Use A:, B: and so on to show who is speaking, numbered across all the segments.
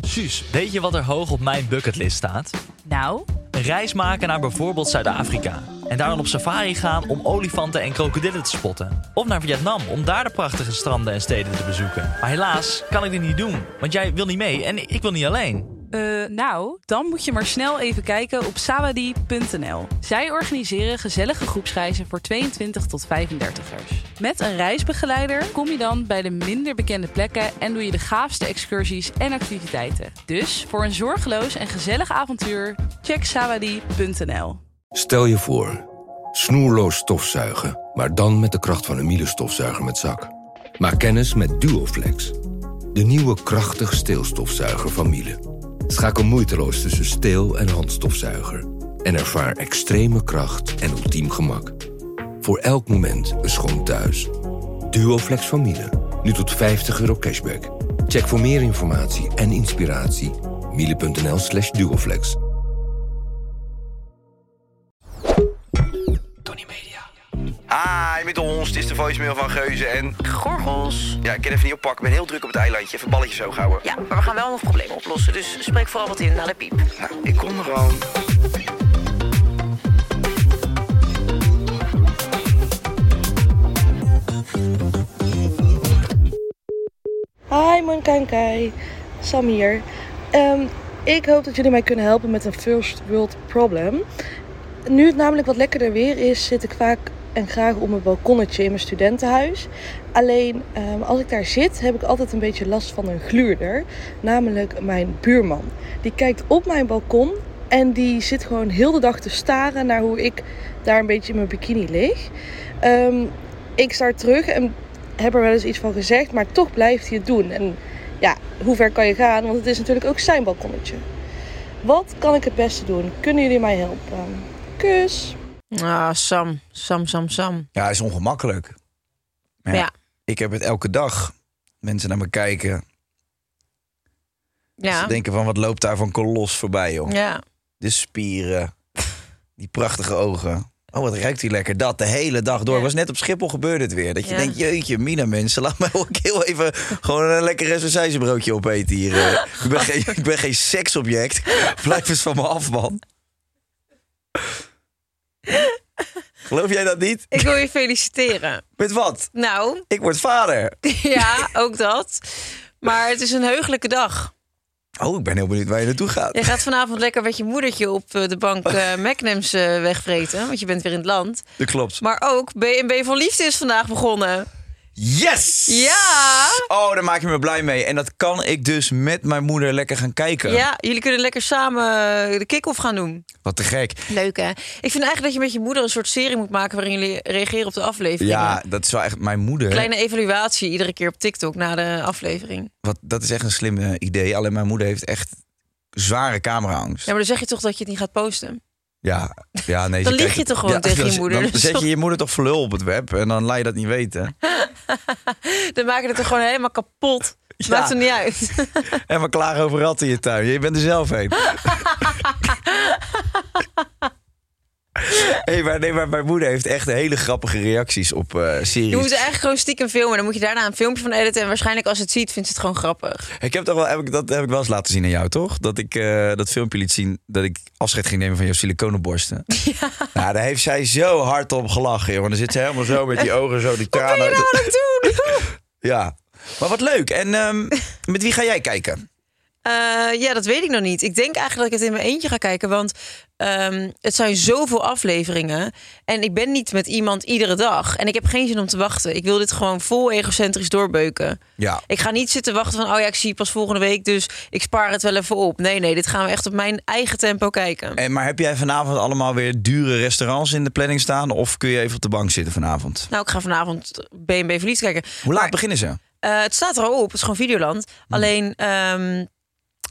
A: Precies.
B: Weet je wat er hoog op mijn bucketlist staat?
C: Nou,
B: Een reis maken naar bijvoorbeeld Zuid-Afrika. En daar dan op safari gaan om olifanten en krokodillen te spotten. Of naar Vietnam om daar de prachtige stranden en steden te bezoeken. Maar helaas kan ik dit niet doen, want jij wil niet mee en ik wil niet alleen.
C: eh, nou, dan moet je maar snel even kijken op sawadie.nl. Zij organiseren gezellige groepsreizen voor 22 tot 35ers. Met een reisbegeleider kom je dan bij de minder bekende plekken en doe je de gaafste excursies en activiteiten. Dus voor een zorgeloos en gezellig avontuur, check sawadie.nl.
D: Stel je voor, snoerloos stofzuigen, maar dan met de kracht van een Miele stofzuiger met zak. Maak kennis met Duoflex, de nieuwe krachtig steelstofzuiger van Miele. Schakel moeiteloos tussen steel- en handstofzuiger en ervaar extreme kracht en ultiem gemak. Voor elk moment een schoon thuis. Duoflex van Miele, nu tot 50 euro cashback. Check voor meer informatie en inspiratie miele.nl slash duoflex.
E: Hi, met ons. Het is Ah, de voicemail van Geuze en... Gorgels. Ja, ik kan even niet oppakken. Ik ben heel druk op het eilandje. Even balletjes hoog houden.
F: Ja, maar we gaan wel nog problemen oplossen, dus spreek vooral wat in naar de piep.
E: Nou, ik kom er al.
G: Hi, Mankankai. Sam hier. Ehm, ik hoop dat jullie mij kunnen helpen met een first world problem. Nu het namelijk wat lekkerder weer is, zit ik vaak en graag op mijn balkonnetje in mijn studentenhuis. Alleen ehm, als ik daar zit, heb ik altijd een beetje last van een gluurder. Namelijk mijn buurman. Die kijkt op mijn balkon en die zit gewoon heel de dag te staren naar hoe ik daar een beetje in mijn bikini lig. Ehm, ik sta terug en heb er wel eens iets van gezegd, maar toch blijft hij het doen. En ja, hoe ver kan je gaan? Want het is natuurlijk ook zijn balkonnetje. Wat kan ik het beste doen? Kunnen jullie mij helpen? Kus!
F: Ah, Sam, Sam, Sam, Sam.
A: Ja, is ongemakkelijk.
F: Ja. ja.
A: Ik heb het elke dag. Mensen naar me kijken. Ze denken van, wat loopt daar van kolos voorbij, joh.
F: Ja.
A: De spieren. Die prachtige ogen. Oh, wat ruikt die lekker. Dat de hele dag door.
F: Ja.
A: Was net op Schiphol gebeurde het weer. Dat je
F: Ja.
A: denkt, jeetje, mina mensen. Laat mij ook heel even gewoon een lekker sausijzenbroodje opeten hier. eh. ik, ben geen, ik ben geen seksobject. Blijf eens van me af, man. Geloof jij dat niet?
F: Ik wil je feliciteren.
A: Met wat?
F: Nou,
A: Ik word vader.
F: ja, ook dat. Maar het is een heugelijke dag.
A: Oh, ik ben heel benieuwd waar je naartoe gaat.
F: Je gaat vanavond lekker met je moedertje op eh, de bank eh Magnums eh, wegvreten, want je bent weer in het land.
A: Dat klopt.
F: Maar ook B&B voor Liefde is vandaag begonnen.
A: Yes!
F: Ja!
A: Oh, daar maak je me blij mee. En dat kan ik dus met mijn moeder lekker gaan kijken.
F: Ja, jullie kunnen lekker samen eh, de kick-off gaan doen.
A: Wat te gek.
F: Leuk hè? Ik vind eigenlijk dat je met je moeder een soort serie moet maken waarin jullie reageren op de afleveringen.
A: Ja, dat is wel echt mijn moeder.
F: Kleine evaluatie iedere keer op TikTok na de aflevering.
A: Wat, dat is echt een slim eh, idee. Alleen mijn moeder heeft echt zware cameraangst.
F: Ja, maar dan zeg je toch dat je het niet gaat posten.
A: Ja, ja nee.
F: Dan
A: ze kijkt
F: lieg je
A: het-
F: toch gewoon tegen
A: dan-
F: je moeder?
A: Dan
F: Dat is
A: zet
F: toch-
A: je je moeder toch voor lul op het web en dan laat je dat niet weten.
F: Dan maken het er gewoon helemaal kapot.
A: Ja.
F: Maakt er niet uit.
A: En maar klaar over ratten in je tuin. Je bent er zelf heen. hey, maar, nee, maar mijn moeder heeft echt hele grappige reacties op eh series.
F: Je moet er eigenlijk gewoon stiekem filmen. Dan moet je daarna een filmpje van editen. En waarschijnlijk als het ziet, vindt ze het gewoon grappig.
A: Ik heb toch wel, heb ik, dat heb ik wel eens laten zien aan jou, toch? Dat ik eh, dat filmpje liet zien dat ik afscheid ging nemen van jouw siliconenborsten. Ja. Nou, daar heeft zij zo hard op gelachen, joh. En dan zit ze helemaal zo met die ogen, zo die tranen.
F: Wat nou aan het doen?
A: Ja. Maar wat leuk. En ehm, met wie ga jij kijken?
F: Eh, ja, dat weet ik nog niet. Ik denk eigenlijk dat ik het in mijn eentje ga kijken. Want ehm, het zijn zoveel afleveringen. En ik ben niet met iemand iedere dag. En ik heb geen zin om te wachten. Ik wil dit gewoon vol egocentrisch doorbeuken.
A: Ja.
F: Ik ga niet zitten wachten van, oh ja, ik zie je pas volgende week, dus ik spaar het wel even op. Nee, nee, dit gaan we echt op mijn eigen tempo kijken.
A: En, maar heb jij vanavond allemaal weer dure restaurants in de planning staan? Of kun je even op de bank zitten vanavond?
F: Nou, ik ga vanavond B&B Verlies kijken.
A: Hoe laat Hmm.
F: Maar,
A: beginnen ze?
F: eh, het staat er al op, het is gewoon Videoland. Alleen, ehm,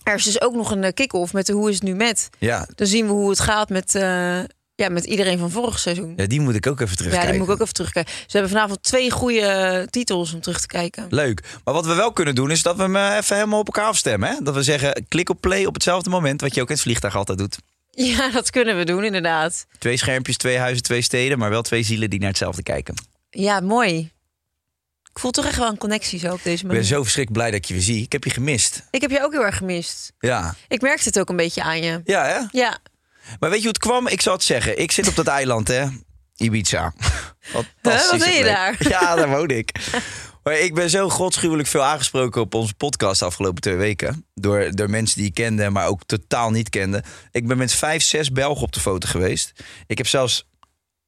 F: er is dus ook nog een eh, kick-off met de Hoe is het nu met?
A: Ja.
F: Dan zien we hoe het gaat met, eh, ja, met iedereen van vorig seizoen.
A: ja, die moet ik ook even
F: Ja,
A: terugkijken.
F: die moet ik ook even terugkijken. Ze hebben vanavond twee goede eh, titels om terug te kijken.
A: Leuk. Maar wat we wel kunnen doen is dat we hem eh, even helemaal op elkaar afstemmen. Hè? Dat we zeggen, klik op play op hetzelfde moment, wat je ook in het vliegtuig altijd doet.
F: Ja, dat kunnen we doen, inderdaad.
A: Twee schermpjes, twee huizen, twee steden, maar wel twee zielen die naar hetzelfde kijken.
F: Ja, mooi. Ik voel toch echt wel een connectie zo op deze
A: Ik ben
F: manier.
A: zo verschrikkelijk blij dat ik je weer zie. Ik heb je gemist.
F: Ik heb je ook heel erg gemist.
A: Ja.
F: Ik merkte het ook een beetje aan je.
A: Ja, hè?
F: Ja,
A: Maar weet je hoe het kwam? Ik zal het zeggen. Ik zit op dat eiland, hè? Ibiza. Fantastisch.
F: Hè, wat deed je
A: leuk.
F: daar?
A: Ja, daar woon ik. Maar ik ben zo godschuwelijk veel aangesproken op onze podcast de afgelopen twee weken. Door, door mensen die ik kende, maar ook totaal niet kende. Ik ben met vijf, zes Belgen op de foto geweest. Ik heb zelfs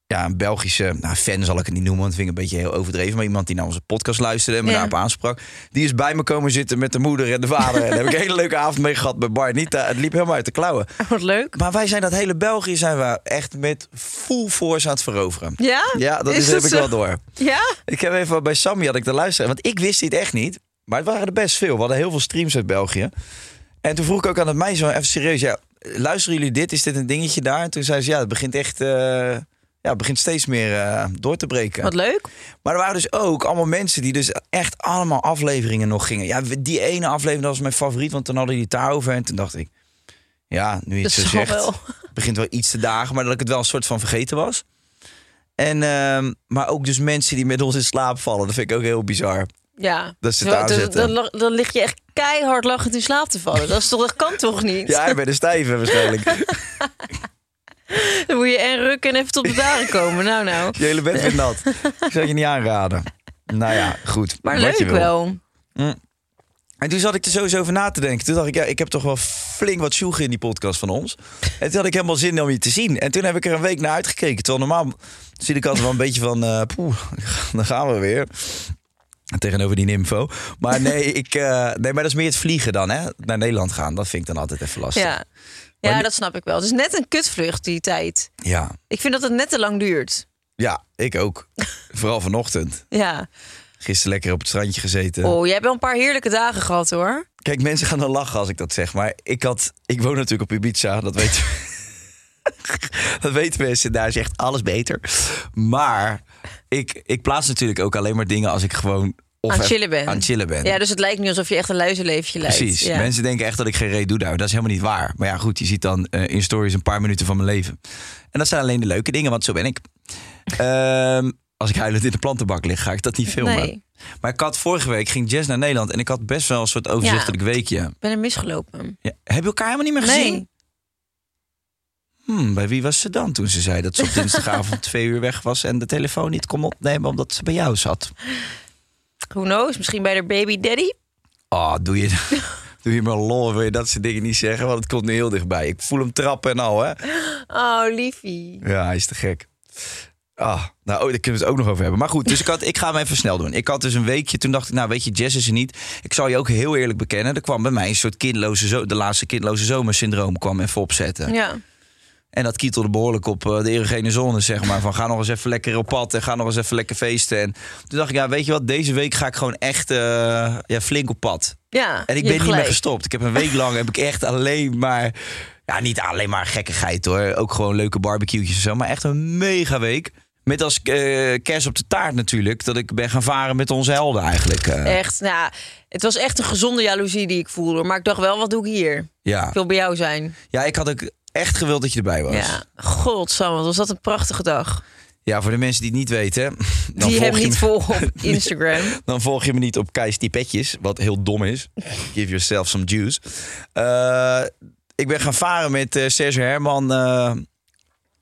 A: ja, een Belgische nou, fan, zal ik het niet noemen, want dat vind ik een beetje heel overdreven. Maar iemand die naar onze podcast luisterde en me
F: Ja.
A: daarop aansprak. Die is bij me komen zitten met de moeder en de vader. en daar heb ik een hele leuke avond mee gehad bij Barnita. Het liep helemaal uit de klauwen.
F: wat leuk.
A: Maar wij zijn dat hele België zijn we echt met full force aan het veroveren.
F: Ja?
A: Ja, dat is,
F: dat
A: heb ik
F: zo?
A: wel door.
F: Ja?
A: Ik heb even bij Sammy had ik de luisteren, want ik wist dit echt niet. Maar het waren er best veel. We hadden heel veel streams uit België. En toen vroeg ik ook aan het meisje, even serieus, ja, luisteren jullie dit? Is dit een dingetje daar? En toen zei ze, ja, het begint echt, eh, ja, het begint steeds meer eh, door te breken.
F: Wat leuk.
A: Maar er waren dus ook allemaal mensen die dus echt allemaal afleveringen nog gingen. Ja, die ene aflevering, dat was mijn favoriet, want toen hadden die het daarover. En toen dacht ik, ja, nu je het
F: Dat
A: zo
F: zal
A: zegt,
F: wel.
A: het begint wel iets te dagen. Maar dat ik het wel een soort van vergeten was. En, ehm, maar ook dus mensen die met ons in slaap vallen, dat vind ik ook heel bizar.
F: Ja.
A: Dat ze het
F: Zo,
A: aanzetten.
F: Dan, dan, dan lig je echt keihard lachend in slaap te vallen. Dat, is toch, dat kan toch niet?
A: Ja, ik ben de stijve waarschijnlijk.
F: Dan moet je en rukken en even tot bedaren komen. Nou, nou.
A: Je hele bed weer nat. Ik zou je niet aanraden. Nou ja, goed.
F: Maar
A: wat je
F: leuk
A: wil.
F: wel.
A: En toen zat ik er sowieso over na te denken. Toen dacht ik, ja, ik heb toch wel flink wat sjoegen in die podcast van ons. En toen had ik helemaal zin om je te zien. En toen heb ik er een week naar uitgekeken. Terwijl normaal zie ik altijd wel een beetje van, eh poeh, dan gaan we weer. Tegenover die info. Maar nee, ik, eh, nee, maar dat is meer het vliegen dan, hè. Naar Nederland gaan, dat vind ik dan altijd even lastig.
F: Ja.
A: Maar
F: ja,
A: nu-
F: dat snap ik wel. Het is net een kutvlucht, die tijd.
A: ja,
F: Ik vind dat het net te lang duurt.
A: Ja, ik ook. Vooral vanochtend.
F: Ja.
A: Gisteren lekker op het strandje gezeten.
F: Oh, jij hebt wel een paar heerlijke dagen gehad, hoor.
A: Kijk, mensen gaan dan lachen als ik dat zeg. Maar ik, had, ik woon natuurlijk op Ibiza. Dat weten, dat weten mensen. Daar is echt alles beter. Maar ik, ik plaats natuurlijk ook alleen maar dingen als ik gewoon... Of
F: Aan het
A: even
F: chillen ben.
A: Aan het chillen ben.
F: Ja, dus het lijkt niet alsof je echt een luizenleefje leidt.
A: Precies.
F: Ja.
A: Mensen denken echt dat ik geen reet doe daar. Dat is helemaal niet waar. Maar ja, goed, je ziet dan eh, in stories een paar minuten van mijn leven. En dat zijn alleen de leuke dingen, want zo ben ik. Ehm, als ik huilend in de plantenbak lig, ga ik dat niet filmen.
F: Nee, ik
A: Maar ik had vorige week, ging Jess naar Nederland en ik had best wel een soort overzichtelijk weekje.
F: ben er misgelopen.
A: Ja, heb je elkaar helemaal niet meer gezien?
F: Nee.
A: Hmm, bij wie was ze dan toen ze zei dat ze op dinsdagavond twee uur weg was en de telefoon niet kon opnemen omdat ze bij jou zat?
F: Who knows? Misschien bij de baby daddy?
A: Oh, doe je, doe je maar lol, wil je dat soort dingen niet zeggen? Want het komt nu heel dichtbij. Ik voel hem trappen en al, hè?
F: Oh, liefie.
A: Ja, hij is te gek. Ah, nou, oh, daar kunnen we het ook nog over hebben. Maar goed, dus ik, had, ik ga hem even snel doen. Ik had dus een weekje, toen dacht ik, nou weet je, Jess is er niet. Ik zal je ook heel eerlijk bekennen, er kwam bij mij een soort kindloze, zo- de laatste kindloze zomersyndroom kwam even opzetten.
F: Ja.
A: En dat kietelde behoorlijk op eh, de erogene zone, zeg maar. Van ga nog eens even lekker op pad en ga nog eens even lekker feesten. En toen dacht ik, ja, weet je wat, deze week ga ik gewoon echt eh, ja, flink op pad.
F: Ja.
A: En ik ben
F: je hebt
A: niet meer
F: gelijk.
A: gestopt. Ik heb een week lang heb ik echt alleen maar. Ja, niet alleen maar gekkigheid hoor. Ook gewoon leuke barbecue'tjes en zo. Maar echt een mega week. Met als eh, kers op de taart natuurlijk. Dat ik ben gaan varen met onze helden eigenlijk. eh.
F: Echt, nou, ja, het was echt een gezonde jaloezie die ik voelde. Maar ik dacht wel, wat doe ik hier?
A: ja.
F: Ik wil bij jou zijn.
A: ja, ik had ook echt gewild dat je erbij was.
F: Ja.
A: Ja,
F: Godsam, wat was dat een prachtige dag.
A: voor de mensen die het niet weten. Dan
F: die
A: volg
F: hem
A: je
F: niet
A: me-
F: vol op Instagram.
A: Dan volg je me niet op Kei's Petjes, wat heel dom is. Give yourself some juice. Eh, ik ben gaan varen met eh Serge Herman, eh,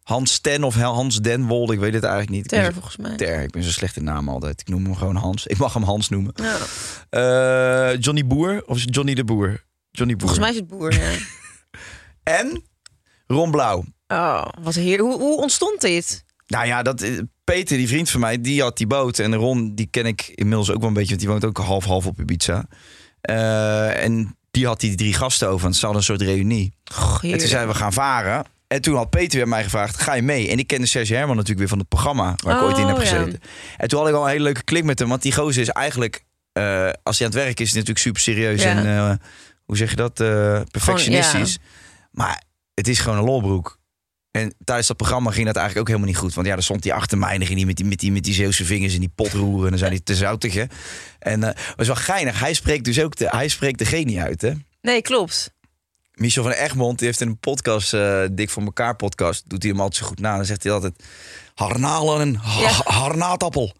A: Hans Ten of Hel- Hans Den Wolde, ik weet het eigenlijk niet. Ik ben
F: Ter,
A: zo-
F: volgens mij.
A: Ter, ik ben zo slecht in naam altijd. Ik noem hem gewoon Hans. Ik mag hem Hans noemen.
F: Ja.
A: Eh, Johnny Boer of is het Johnny de Boer? Johnny Boer.
F: Volgens mij is het boer, ja.
A: En Ron Blauw.
F: Oh, wat heer. Hoe, hoe ontstond dit?
A: Nou ja, dat, eh, Peter, die vriend van mij, die had die boot. En Ron, die ken ik inmiddels ook wel een beetje, want die woont ook half-half op Ibiza. Eh, en die had die drie gasten over, want ze hadden een soort reunie.
F: Goh,
A: En toen
F: heerlijk.
A: zijn we gaan varen. En toen had Peter weer mij gevraagd, ga je mee? En ik kende Serge Herman natuurlijk weer van het programma, waar ik ooit in heb
F: Oh, ja.
A: gezeten. En toen had ik al een hele leuke klik met hem, want die gozer is eigenlijk... eh, als hij aan het werk is, is hij natuurlijk super serieus
F: Ja.
A: en, eh, hoe zeg je dat, eh, perfectionistisch. Maar het is gewoon een lolbroek. En tijdens dat programma ging dat eigenlijk ook helemaal niet goed. Want ja, dan stond hij achter mij en dan ging hij met die, met die, met die Zeeuwse vingers in die pot roeren. En dan zei hij te zoutig, hè. En eh het was wel geinig. Hij spreekt dus ook de, hij spreekt de G niet uit, hè.
F: Nee, klopt.
A: Michel van Egmond die heeft in een podcast, eh, Dik voor elkaar podcast, doet hij hem altijd zo goed na. Dan zegt hij altijd, harnalen en ha-
F: Ja.
A: harnaatappel.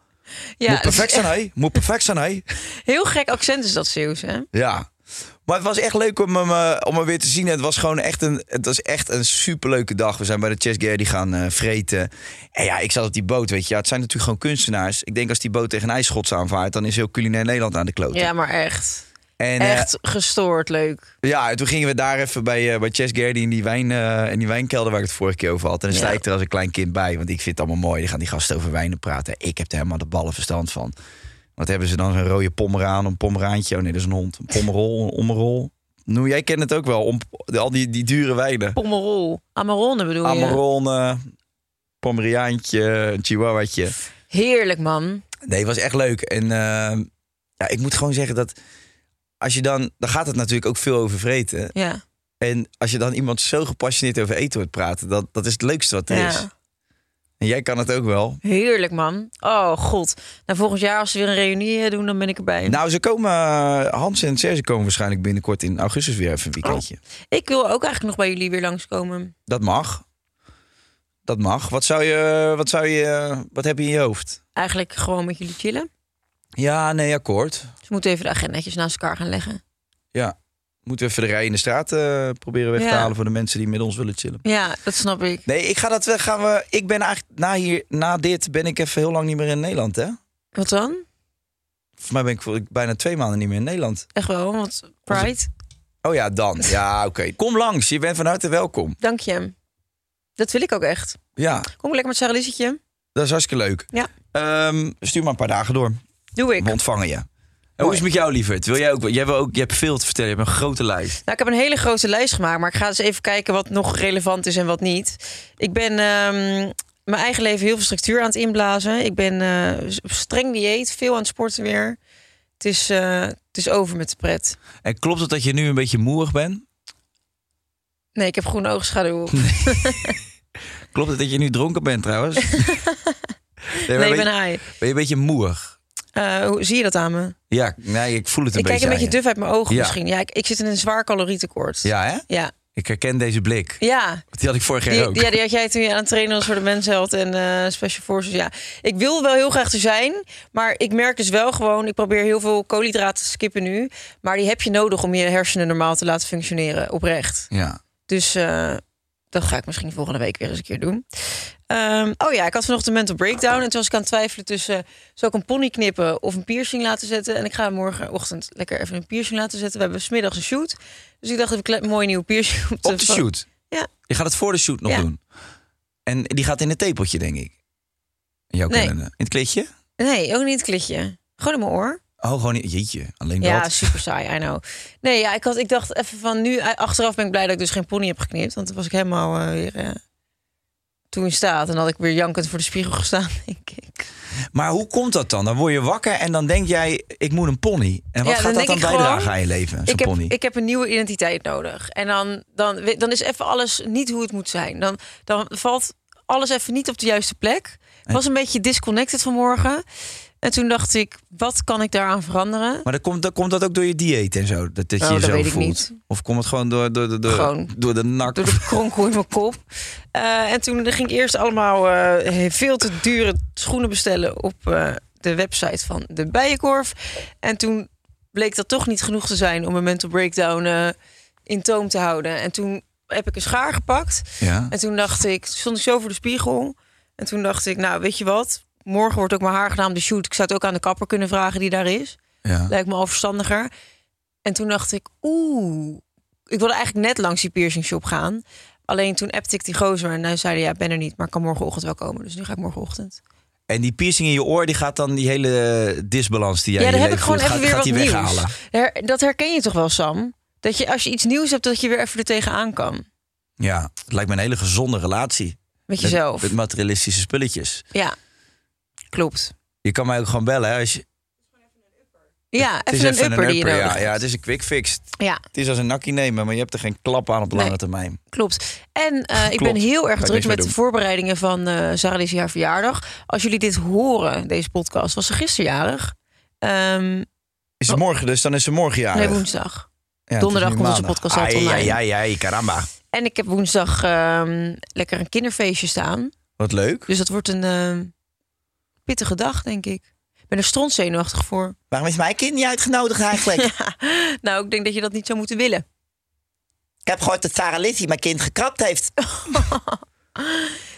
A: Moet
F: Ja, het is
A: perfect zijn,
F: echt-
A: hé. Moet perfect zijn, hé.
F: Heel gek accent is dat Zeeuws, hè?
A: Ja. Maar het was echt leuk om hem, eh, om hem weer te zien. Het was gewoon echt een, het was echt een superleuke dag. We zijn bij de Chess die gaan eh, vreten. En ja, ik zat op die boot, weet je. Ja, het zijn natuurlijk gewoon kunstenaars. Ik denk als die boot tegen een ijsschots aanvaart... dan is heel culinair Nederland aan de kloten.
F: Ja, maar echt.
A: en, eh,
F: Echt gestoord leuk.
A: ja, en toen gingen we daar even bij, eh bij Chess Gerdy in, die wijn, eh, in die wijnkelder waar ik het vorige keer over had. En dan sta
F: Ja.
A: ik er als een klein kind bij, want ik vind het allemaal mooi. Dan gaan die gasten over wijnen praten. Ik heb er helemaal de ballen verstand van. Wat hebben ze dan? Zo'n rode pommeraan, een pommeraantje. Oh nee, dat is een hond. Een pommerol, een ommerol. Noem, jij kent het ook wel, om, al die, die dure
F: Oh,
A: wijnen.
F: Pomerol. Amarone bedoel je?
A: Amarone, pommeriaantje, een chihuahuatje.
F: Heerlijk, man.
A: Nee, het was echt leuk. En eh, ja, ik moet gewoon zeggen dat als je dan... Dan gaat het natuurlijk ook veel over vreten.
F: Ja.
A: En als je dan iemand zo gepassioneerd over eten hoort praten, dat, dat is het leukste wat er
F: Ja.
A: is. En jij kan het ook wel.
F: Heerlijk, man. Oh, god. Nou, volgend jaar als ze weer een reunie eh, doen, dan ben ik erbij.
A: Nou, ze komen, eh, Hans en Serge komen waarschijnlijk binnenkort in augustus weer even een weekendje.
F: Ik wil ook eigenlijk nog bij jullie weer langskomen.
A: Dat mag. Dat mag. Wat zou je, wat zou je, wat heb je in je hoofd?
F: Eigenlijk gewoon met jullie chillen.
A: Ja, nee, akkoord.
F: Ze moeten even de agendatjes naast elkaar gaan leggen.
A: Moeten we even de rij in de straat eh, proberen weg te
F: Ja.
A: halen voor de mensen die met ons willen chillen.
F: Ja, dat snap ik.
A: Nee, ik ga dat weg. Gaan we, ik ben eigenlijk na, hier, na dit ben ik even heel lang niet meer in Nederland, hè?
F: Wat dan?
A: Volgens mij ben ik voor- bijna twee maanden niet meer in Nederland.
F: Echt wel, want Pride.
A: Oh ja, dan. Ja, oké. Kom langs. Je bent van harte welkom.
F: Dank je. Dat wil ik ook echt.
A: Ja,
F: Kom lekker met Sarah Lissetje.
A: dat is hartstikke leuk.
F: Ja.
A: Ehm, stuur maar een paar dagen door.
F: Doe ik.
A: We ontvangen je. En hoe is het met jou, lieverd? Wil jij ook? Jij, wil ook, jij hebt veel te vertellen. Je hebt een grote lijst.
F: Nou, ik heb een hele grote lijst gemaakt, maar ik ga eens even kijken wat nog relevant is en wat niet. Ik ben ehm, mijn eigen leven heel veel structuur aan het inblazen. Ik ben eh, op streng dieet, veel aan het sporten weer. Het is, eh, het is over met de pret.
A: En klopt het dat je nu een beetje moerig bent?
F: Nee, ik heb groene oogschaduw op.
A: Klopt het dat je nu dronken bent, trouwens? nee, maar
F: Nee, ik
A: ben, je,
F: ben high.
A: ben je een beetje moerig?
F: Eh, hoe zie je dat aan me?
A: Ja, nee, ik voel het een
F: ik
A: beetje
F: kijk een
A: aan
F: beetje
A: je.
F: duf uit mijn ogen
A: Ja.
F: misschien. Ja, ik, ik zit in een zwaar calorietekort.
A: Ja, hè?
F: Ja.
A: Ik herken deze blik.
F: Ja,
A: Die had ik vorig jaar
F: Die,
A: ook.
F: die- ja, die had jij toen je aan het trainen was voor de mensheld en eh, Special Forces. Ja, ik wil wel heel graag er zijn, maar ik merk dus wel gewoon, ik probeer heel veel koolhydraten te skippen nu. Maar die heb je nodig om je hersenen normaal te laten functioneren, oprecht.
A: Ja.
F: Dus eh, dat ga ik misschien volgende week weer eens een keer doen. Ehm, oh ja, ik had vanochtend een mental breakdown. En toen was ik aan het twijfelen tussen... zou ik een pony knippen of een piercing laten zetten? En ik ga morgenochtend lekker even een piercing laten zetten. We hebben smiddags een shoot. Dus ik dacht, even een kle- mooi nieuw piercing op de,
A: Op de shoot.
F: Ja.
A: Je gaat het voor de shoot nog
F: Ja.
A: doen. En die gaat in het tepeltje, denk ik. Jouw
F: Nee.
A: kennende. In het kleedje?
F: Nee, ook niet het klitje. Gewoon in mijn oor.
A: Oh, gewoon niet. Jeetje, alleen
F: Ja,
A: dat.
F: super saai, I know. Nee, ja, ik, had, ik dacht even van nu... eh, Achteraf ben ik blij dat ik dus geen pony heb geknipt. Want dan was ik helemaal eh, weer eh, toe in staat. En had ik weer jankend voor de spiegel gestaan, denk ik.
A: Maar hoe komt dat dan? Dan word je wakker en dan denk jij, ik moet een pony. En wat
F: Ja,
A: gaat
F: dan
A: dat
F: denk
A: dan
F: ik
A: bijdragen
F: gewoon,
A: aan je leven, zo'n
F: ik, heb,
A: pony?
F: ik heb een nieuwe identiteit nodig. En dan, dan, we- dan is even alles niet hoe het moet zijn. Dan, dan valt alles even niet op de juiste plek. Ik was een beetje disconnected vanmorgen. En toen dacht ik, wat kan ik daaraan veranderen?
A: Maar dat komt, dat komt dat ook door je dieet en zo? Dat, dat je
F: Oh,
A: je
F: dat
A: zo
F: weet ik
A: voelt?
F: niet.
A: Of komt het gewoon door, door, door, door,
F: Gewoon.
A: door de nak?
F: Door de kronkel in mijn kop. Eh, en toen ging ik eerst allemaal eh, veel te dure schoenen bestellen op eh, de website van de Bijenkorf. En toen bleek dat toch niet genoeg te zijn om mijn mental breakdown eh, in toom te houden. En toen heb ik een schaar gepakt.
A: Ja.
F: En toen dacht ik, toen stond ik zo voor de spiegel. En toen dacht ik, nou weet je wat, morgen wordt ook mijn haar gedaan op de shoot. Ik zou het ook aan de kapper kunnen vragen die daar is.
A: ja.
F: Lijkt me al verstandiger. En toen dacht ik, oeh, ik wilde eigenlijk net langs die piercing shop gaan. Alleen toen appte ik die gozer en hij zei hij, ja, ik ben er niet, maar ik kan morgenochtend wel komen. Dus nu ga ik morgenochtend.
A: En die piercing in je oor, die gaat dan die hele eh, disbalans die jij
F: Ja,
A: in
F: dan
A: je
F: heb ik
A: leven
F: gewoon
A: voelt,
F: even weer
A: gaat,
F: wat
A: gaat die
F: nieuws.
A: weghalen.
F: Her- dat herken je toch wel, Sam? Dat je als je iets nieuws hebt, dat je weer even er tegenaan kan.
A: Ja, het lijkt me een hele gezonde relatie.
F: Met
A: Met-
F: jezelf.
A: Met, materialistische spulletjes.
F: Ja, klopt.
A: Je kan mij ook gewoon bellen. Hè, als je,
F: Ja,
A: het is
F: even een upper, die je nodig
A: ja,
F: hebt.
A: ja, het is een quick fix.
F: ja,
A: Het is als een nakkie nemen, maar je hebt er geen klap aan op
F: Nee.
A: lange termijn.
F: Klopt. En eh, ik ben
A: Klopt.
F: heel erg
A: Kan ik niks
F: druk
A: mee
F: met de
A: doen.
F: voorbereidingen van eh Sarah Lizzie haar verjaardag. Als jullie dit horen, deze podcast, was ze gisterjarig. Ehm
A: Is het morgen dus, dan is ze morgen jarig.
F: nee, woensdag.
A: Ja, het
F: donderdag
A: is nu
F: komt onze
A: maandag.
F: podcast altijd
A: Ai,
F: online.
A: ai, ai, ai, caramba.
F: En ik heb woensdag ehm, lekker een kinderfeestje staan.
A: Wat leuk.
F: Dus dat wordt een ehm, pittige dag, denk ik. ben er strontzenuwachtig voor.
A: Waarom is mijn kind niet uitgenodigd eigenlijk?
F: Nou, ik denk dat je dat niet zou moeten willen.
A: Ik heb gehoord dat Sarah Lizzie mijn kind gekrapt heeft.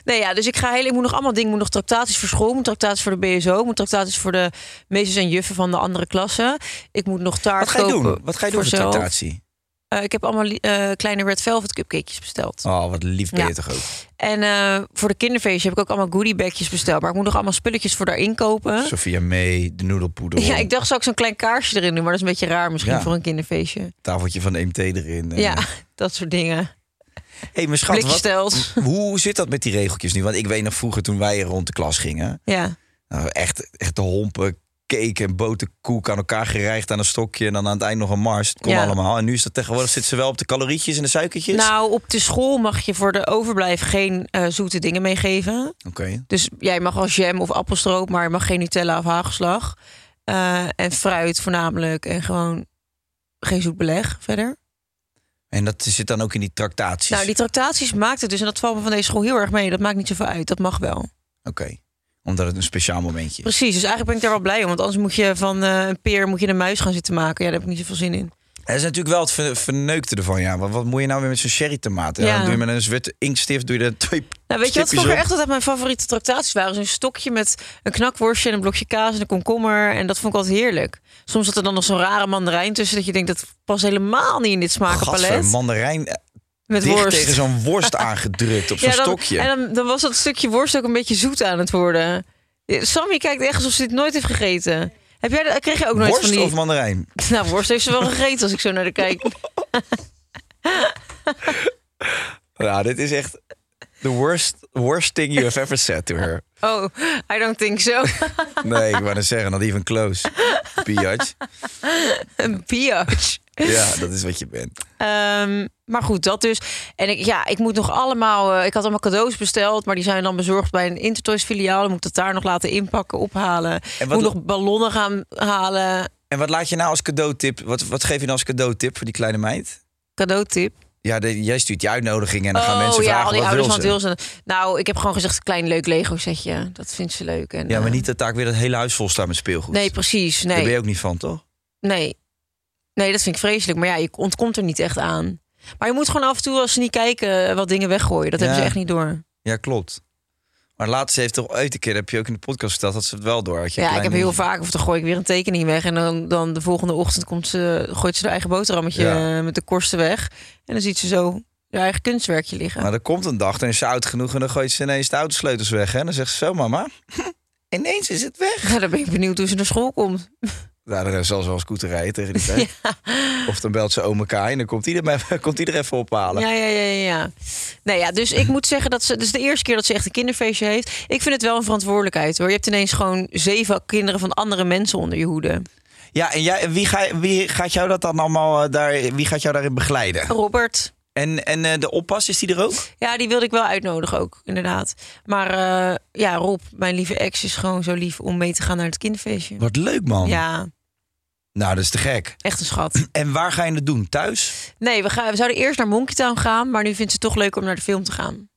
F: Nee, ja, dus ik ga heel. Ik moet nog allemaal dingen. Ik moet nog tractaties voor school. Ik moet tractaties voor de BSO. Ik moet tractaties voor de meesters en juffen van de andere klassen. Ik moet nog taart
A: Wat ga je
F: kopen
A: doen? Wat ga je doen voor
F: zelf.
A: tractatie?
F: Eh, ik heb allemaal li- eh, kleine red velvet cupcakejes besteld.
A: Oh, wat lief ben je
F: Ja.
A: toch ook.
F: En eh, voor de kinderfeestje heb ik ook allemaal goodiebagjes besteld. Maar ik moet nog allemaal spulletjes voor daarin kopen.
A: Sophia May, de noedelpoeder,
F: Ja, ik dacht zou ik zo'n klein kaarsje erin doen. Maar dat is een beetje raar misschien
A: Ja.
F: voor een kinderfeestje.
A: tafeltje van de MT erin.
F: Ja, dat soort dingen.
A: hey, mijn schat, wat, Mm.
F: Blikjesstels.
A: hoe zit dat met die regeltjes nu? Want ik weet nog vroeger toen wij rond de klas gingen.
F: Ja.
A: Nou, echt, echt de hompen, cake en boterkoek aan elkaar gereigd aan een stokje. En dan aan het eind nog een mars. Het kon
F: Ja.
A: allemaal. En nu is dat tegenwoordig, zitten ze wel op de calorietjes en de suikertjes?
F: Nou, op de school mag je voor de overblijf geen eh, zoete dingen meegeven.
A: Oké.
F: Dus jij mag wel jam of appelstroop, maar je mag geen Nutella of hagelslag. Eh, en fruit voornamelijk. En gewoon geen zoet beleg verder.
A: En dat zit dan ook in die tractaties?
F: Nou, die tractaties maakt het dus, en dat valt me van deze school heel erg mee. Dat maakt niet zoveel uit, dat mag wel.
A: Oké. Omdat het een speciaal momentje is.
F: Precies, dus eigenlijk ben ik daar wel blij om. Want anders moet je van eh, een peer moet je een muis gaan zitten maken. Ja, daar heb ik niet zoveel zin in.
A: Dat is natuurlijk wel het ver- verneukte ervan. Ja. Wat, wat moet je nou weer met zo'n sherry tomaten?
F: Ja.
A: Dan doe je met een zwarte inktstift doe je er twee
F: Nou, weet je wat
A: stipjes
F: vroeger
A: op.
F: echt altijd mijn favoriete tractaties waren? Zo'n stokje met een knakworstje en een blokje kaas en een komkommer. En dat vond ik altijd heerlijk. Soms zat er dan nog zo'n rare mandarijn tussen... dat je denkt, dat past helemaal niet in dit
A: Gadver,
F: smakenpalet.
A: mandarijn eh,
F: Met
A: dicht
F: worst.
A: tegen zo'n worst aangedrukt op zo'n
F: Ja, dan,
A: stokje.
F: En dan, dan was dat stukje worst ook een beetje zoet aan het worden. Sammy kijkt echt alsof ze dit nooit heeft gegeten. Heb jij, dat- kreeg je ook nooit
A: worst
F: van die...
A: of mandarijn?
F: Nou, worst heeft ze wel gegeten als ik zo naar de kijk.
A: Nou, dit is echt the worst, worst thing you have ever said to her.
F: Oh, I don't think so.
A: Nee, ik wou net zeggen, not even close. Biatch.
F: Een biatch.
A: Ja, dat is wat je bent.
F: Ehm, maar goed, dat dus. En ik, ja, ik moet nog allemaal... eh, ik had allemaal cadeaus besteld, maar die zijn dan bezorgd bij een Intertoys filiaal. Dan moet ik dat daar nog laten inpakken, ophalen.
A: En wat-
F: moet nog ballonnen gaan halen.
A: En wat laat je nou als cadeautip? Wat, wat geef je nou als cadeautip voor die kleine meid?
F: Cadeautip.
A: Ja, de, jij stuurt je uitnodigingen en dan gaan
F: oh
A: mensen
F: ja,
A: vragen
F: al die
A: wat
F: ouders
A: wil
F: van
A: ze?
F: het Wilson. Nou, ik heb gewoon gezegd, een klein leuk Lego setje. Dat vindt ze leuk. En,
A: Ja, maar
F: eh,
A: niet dat daar ook weer het hele huis vol staat met speelgoed.
F: Nee, precies.
A: Daar ben
F: Nee,
A: je ook niet van, toch?
F: nee. Nee, dat vind ik vreselijk. Maar ja, je ontkomt er niet echt aan. Maar je moet gewoon af en toe, als ze niet kijken, eh, wat dingen weggooien. Dat
A: Ja.
F: hebben ze echt niet door.
A: Ja, klopt. Maar laatst heeft toch ooit een keer, heb je ook in de podcast verteld, dat ze het wel door. had. Je
F: Ja, ik
A: kleine-
F: heb heel vaak, of dan gooi ik weer een tekening weg. En dan, dan de volgende ochtend komt ze, gooit ze haar eigen boterhammetje
A: Ja.
F: eh, met de korsten weg. En dan ziet ze zo haar eigen kunstwerkje liggen.
A: Maar er komt een dag, dan is ze oud genoeg en dan gooit ze ineens de autosleutels weg. hè. En dan zegt ze zo, mama, ineens is het weg.
F: Ja, dan ben ik benieuwd hoe ze naar school komt.
A: Nou, dan zal ze wel scooter rijden tegen die tijd. Of dan belt ze oma Kai en dan komt die er, maar- komt die er even ophalen.
F: Ja, ja, ja, ja, ja. Nee, ja, dus ik moet zeggen dat ze. Dus de eerste keer dat ze echt een kinderfeestje heeft. Ik vind het wel een verantwoordelijkheid hoor. Je hebt ineens gewoon zeven kinderen van andere mensen onder je hoede.
A: Ja, en jij, wie, ga, wie gaat jou dat dan allemaal eh, daar, wie gaat jou daarin begeleiden?
F: Robert.
A: En, en eh, de oppas, is die er ook?
F: Ja, die wilde ik wel uitnodigen ook, inderdaad. Maar eh, ja, Rob, mijn lieve ex, is gewoon zo lief om mee te gaan naar het kinderfeestje.
A: Wat leuk, man.
F: Ja,
A: Nou, dat is te gek.
F: echt een schat.
A: En waar ga je het doen? Thuis?
F: Nee, we, gaan, we zouden eerst naar Monkey Town gaan, maar nu vindt ze het toch leuk om naar de film te gaan.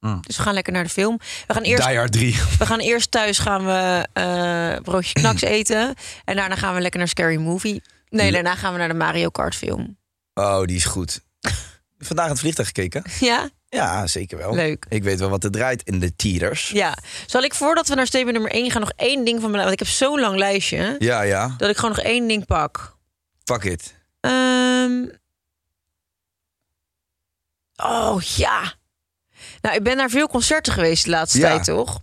A: Mm.
F: Dus we gaan lekker naar de film. We gaan eerst
A: Die Hard 3.
F: We gaan eerst thuis gaan we eh, broodje knaks eten. En daarna gaan we lekker naar Scary Movie. Nee,
A: Le-
F: daarna gaan we naar de Mario Kart film.
A: Oh, die is goed. Vandaag het vliegtuig gekeken?
F: Ja,
A: Ja, zeker wel.
F: leuk.
A: Ik weet wel wat er draait in de theaters.
F: Ja. Zal ik voordat we naar statement nummer 1 gaan nog één ding van mijn... Want ik heb zo'n lang lijstje.
A: Ja, ja.
F: Dat ik gewoon nog één ding pak.
A: Fuck it.
F: Ehm. Oh ja. Nou, ik ben naar veel concerten geweest de laatste
A: Ja.
F: tijd, toch?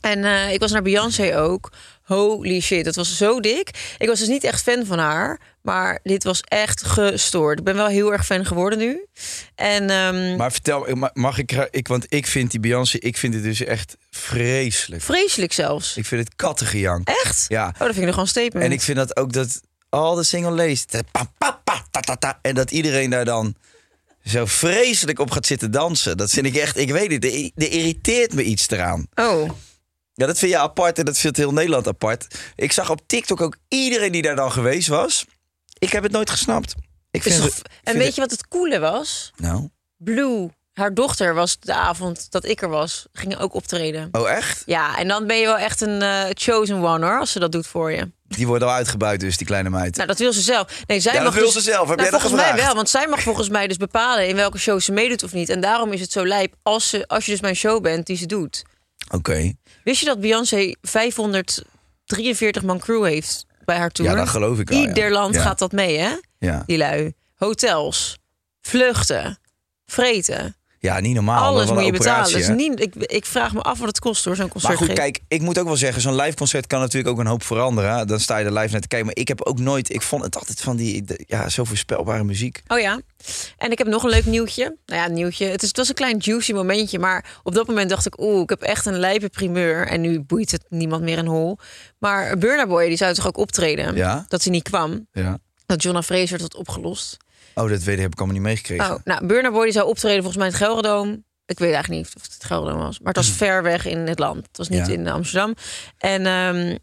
F: En eh, ik was naar Beyoncé ook. Holy shit, dat was zo dik. Ik was dus niet echt fan van haar. Maar dit was echt gestoord. Ik ben wel heel erg fan geworden nu. En ehm,
A: Maar vertel, ma- mag ik, eh, ik... Want ik vind die Beyoncé, ik vind het dus echt vreselijk.
F: vreselijk zelfs.
A: Ik vind het kattengejank.
F: Echt?
A: Ja.
F: Oh, dat vind ik nog gewoon een statement.
A: En ik vind dat ook dat al de single ladies... ta- pa- pa- pa- ta- ta- ta, en dat iedereen daar dan zo vreselijk op gaat zitten dansen. Dat vind ik echt... Ik weet het, er er irriteert me iets eraan.
F: Oh,
A: Ja, dat vind je apart en dat vindt heel Nederland apart. Ik zag op TikTok ook iedereen die daar dan geweest was. Ik heb het nooit gesnapt. Ik
F: is
A: vind
F: toch-
A: het-
F: en
A: vind
F: weet je wat het coole was?
A: het- Nou,
F: Blue Haar dochter was de avond dat ik er was, ging ook optreden.
A: Oh, echt?
F: Ja, en dan ben je wel echt een eh, chosen one hoor, als ze dat doet voor je.
A: Die wordt al uitgebuit dus, die kleine meid.
F: Nou, dat wil ze zelf. Nee, zij
A: Ja, dat
F: mag
A: wil
F: dus-
A: ze zelf. Heb
F: nou,
A: jij dat
F: volgens mij
A: gevraagd?
F: wel, want zij mag volgens mij dus bepalen in welke show ze meedoet of niet. En daarom is het zo lijp als, ze, als je dus mijn show bent die ze doet.
A: Oké.
F: Wist je dat Beyoncé 543 man crew heeft bij haar tour?
A: Ja, dat geloof ik wel, ja.
F: Ieder land
A: Ja.
F: gaat dat mee, hè?
A: Ja.
F: Die lui. Hotels, vluchten, vreten.
A: ja, niet normaal. Ah, maar
F: alles
A: wat
F: moet je
A: een
F: betalen.
A: operatie,
F: Dus
A: hè?
F: niet, ik, ik vraag me af wat het kost door zo'n concert.
A: Maar goed, kijk, ik moet ook wel zeggen, zo'n live concert kan natuurlijk ook een hoop veranderen. hè. Dan sta je er live naar te kijken. Maar ik heb ook nooit, ik vond het altijd van die, de- ja, zo voorspelbare muziek.
F: Oh ja. En ik heb nog een leuk nieuwtje. Nou ja, nieuwtje. Het, is, het was een klein juicy momentje. Maar op dat moment dacht ik, oeh, ik heb echt een lijpe primeur. En nu boeit het niemand meer een hol. Maar Burna Boy, die zou toch ook optreden?
A: Ja.
F: Dat hij niet kwam.
A: Ja.
F: Dat Jonna Fraser dat opgelost.
A: Oh, dat weet ik, heb ik allemaal niet meegekregen.
F: Oh, nou, Burna Boy die zou optreden volgens mij in het Gelredome. Ik weet eigenlijk niet of het het Gelredome was. Maar het was ver weg in het land. Het was niet
A: Mm. Ja.
F: in Amsterdam. En ehm,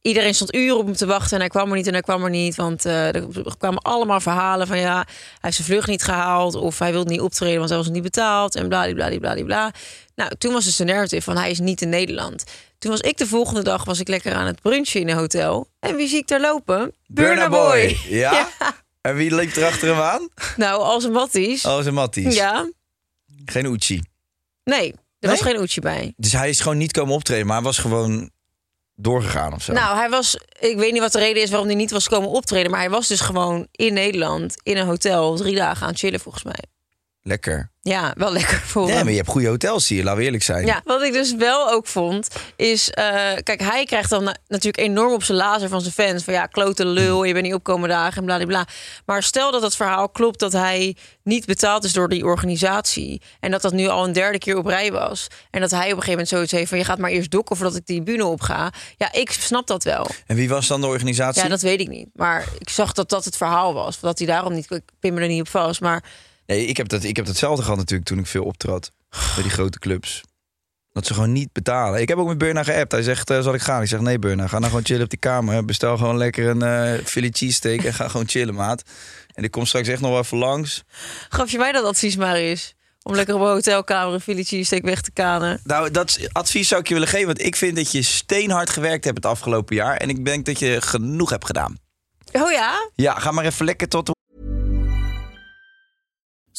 F: iedereen stond uren op hem te wachten. En hij kwam er niet en hij kwam er niet. Want eh, er kwamen allemaal verhalen van... ja, hij heeft zijn vlucht niet gehaald. Of hij wilde niet optreden, want hij was niet betaald. En bladibladibladibla. Nou, toen was dus de narrative van hij is niet in Nederland. Toen was ik de volgende dag was ik lekker aan het brunchen in een hotel. En wie zie ik daar lopen? Burna Boy.
A: Ja? En wie liep er achter hem aan?
F: Nou, als een matties.
A: Oh, zijn Matties.
F: ja.
A: Geen Uchi.
F: Nee, er was geen Oetje bij.
A: Dus hij is gewoon niet komen optreden, maar hij was gewoon doorgegaan of zo.
F: Nou, hij was, ik weet niet wat de reden is waarom hij niet was komen optreden, maar hij was dus gewoon in Nederland in een hotel drie dagen aan het chillen volgens mij.
A: Lekker.
F: Ja, wel lekker voor
A: Nee,
F: hem.
A: maar je hebt goede hotels hier, laten we eerlijk zijn.
F: Ja, wat ik dus wel ook vond, is... eh, kijk, hij krijgt dan na- natuurlijk enorm op zijn lazer van zijn fans. Van ja, klote lul, je bent niet opkomen dagen en bladibla. Maar stel dat dat verhaal klopt dat hij niet betaald is door die organisatie. En dat dat nu al een derde keer op rij was. En dat hij op een gegeven moment zoiets heeft van... je gaat maar eerst dokken voordat ik die bühne opga. Ja, ik snap dat wel.
A: En wie was dan de organisatie?
F: Ja, dat weet ik niet. Maar ik zag dat dat het verhaal was. Dat hij daarom niet... Ik pin me er niet op vast, maar...
A: Nee, ik heb, dat, ik heb datzelfde gehad natuurlijk toen ik veel optrad. Bij die grote clubs. Dat ze gewoon niet betalen. Ik heb ook met Burna geappt. Hij zegt, eh, zal ik gaan? Ik zeg, nee Burna, ga nou gewoon chillen op die kamer. Bestel gewoon lekker een eh Philly cheesesteak en ga gewoon chillen, maat. En ik kom straks echt nog wel even langs.
F: Gaf je mij dat advies maar eens? Om lekker op een hotelkamer een Philly cheesesteak weg te kanen.
A: Nou, dat advies zou ik je willen geven. Want ik vind dat je steenhard gewerkt hebt het afgelopen jaar. En ik denk dat je genoeg hebt gedaan.
F: Oh ja?
A: Ja, ga maar even lekker tot de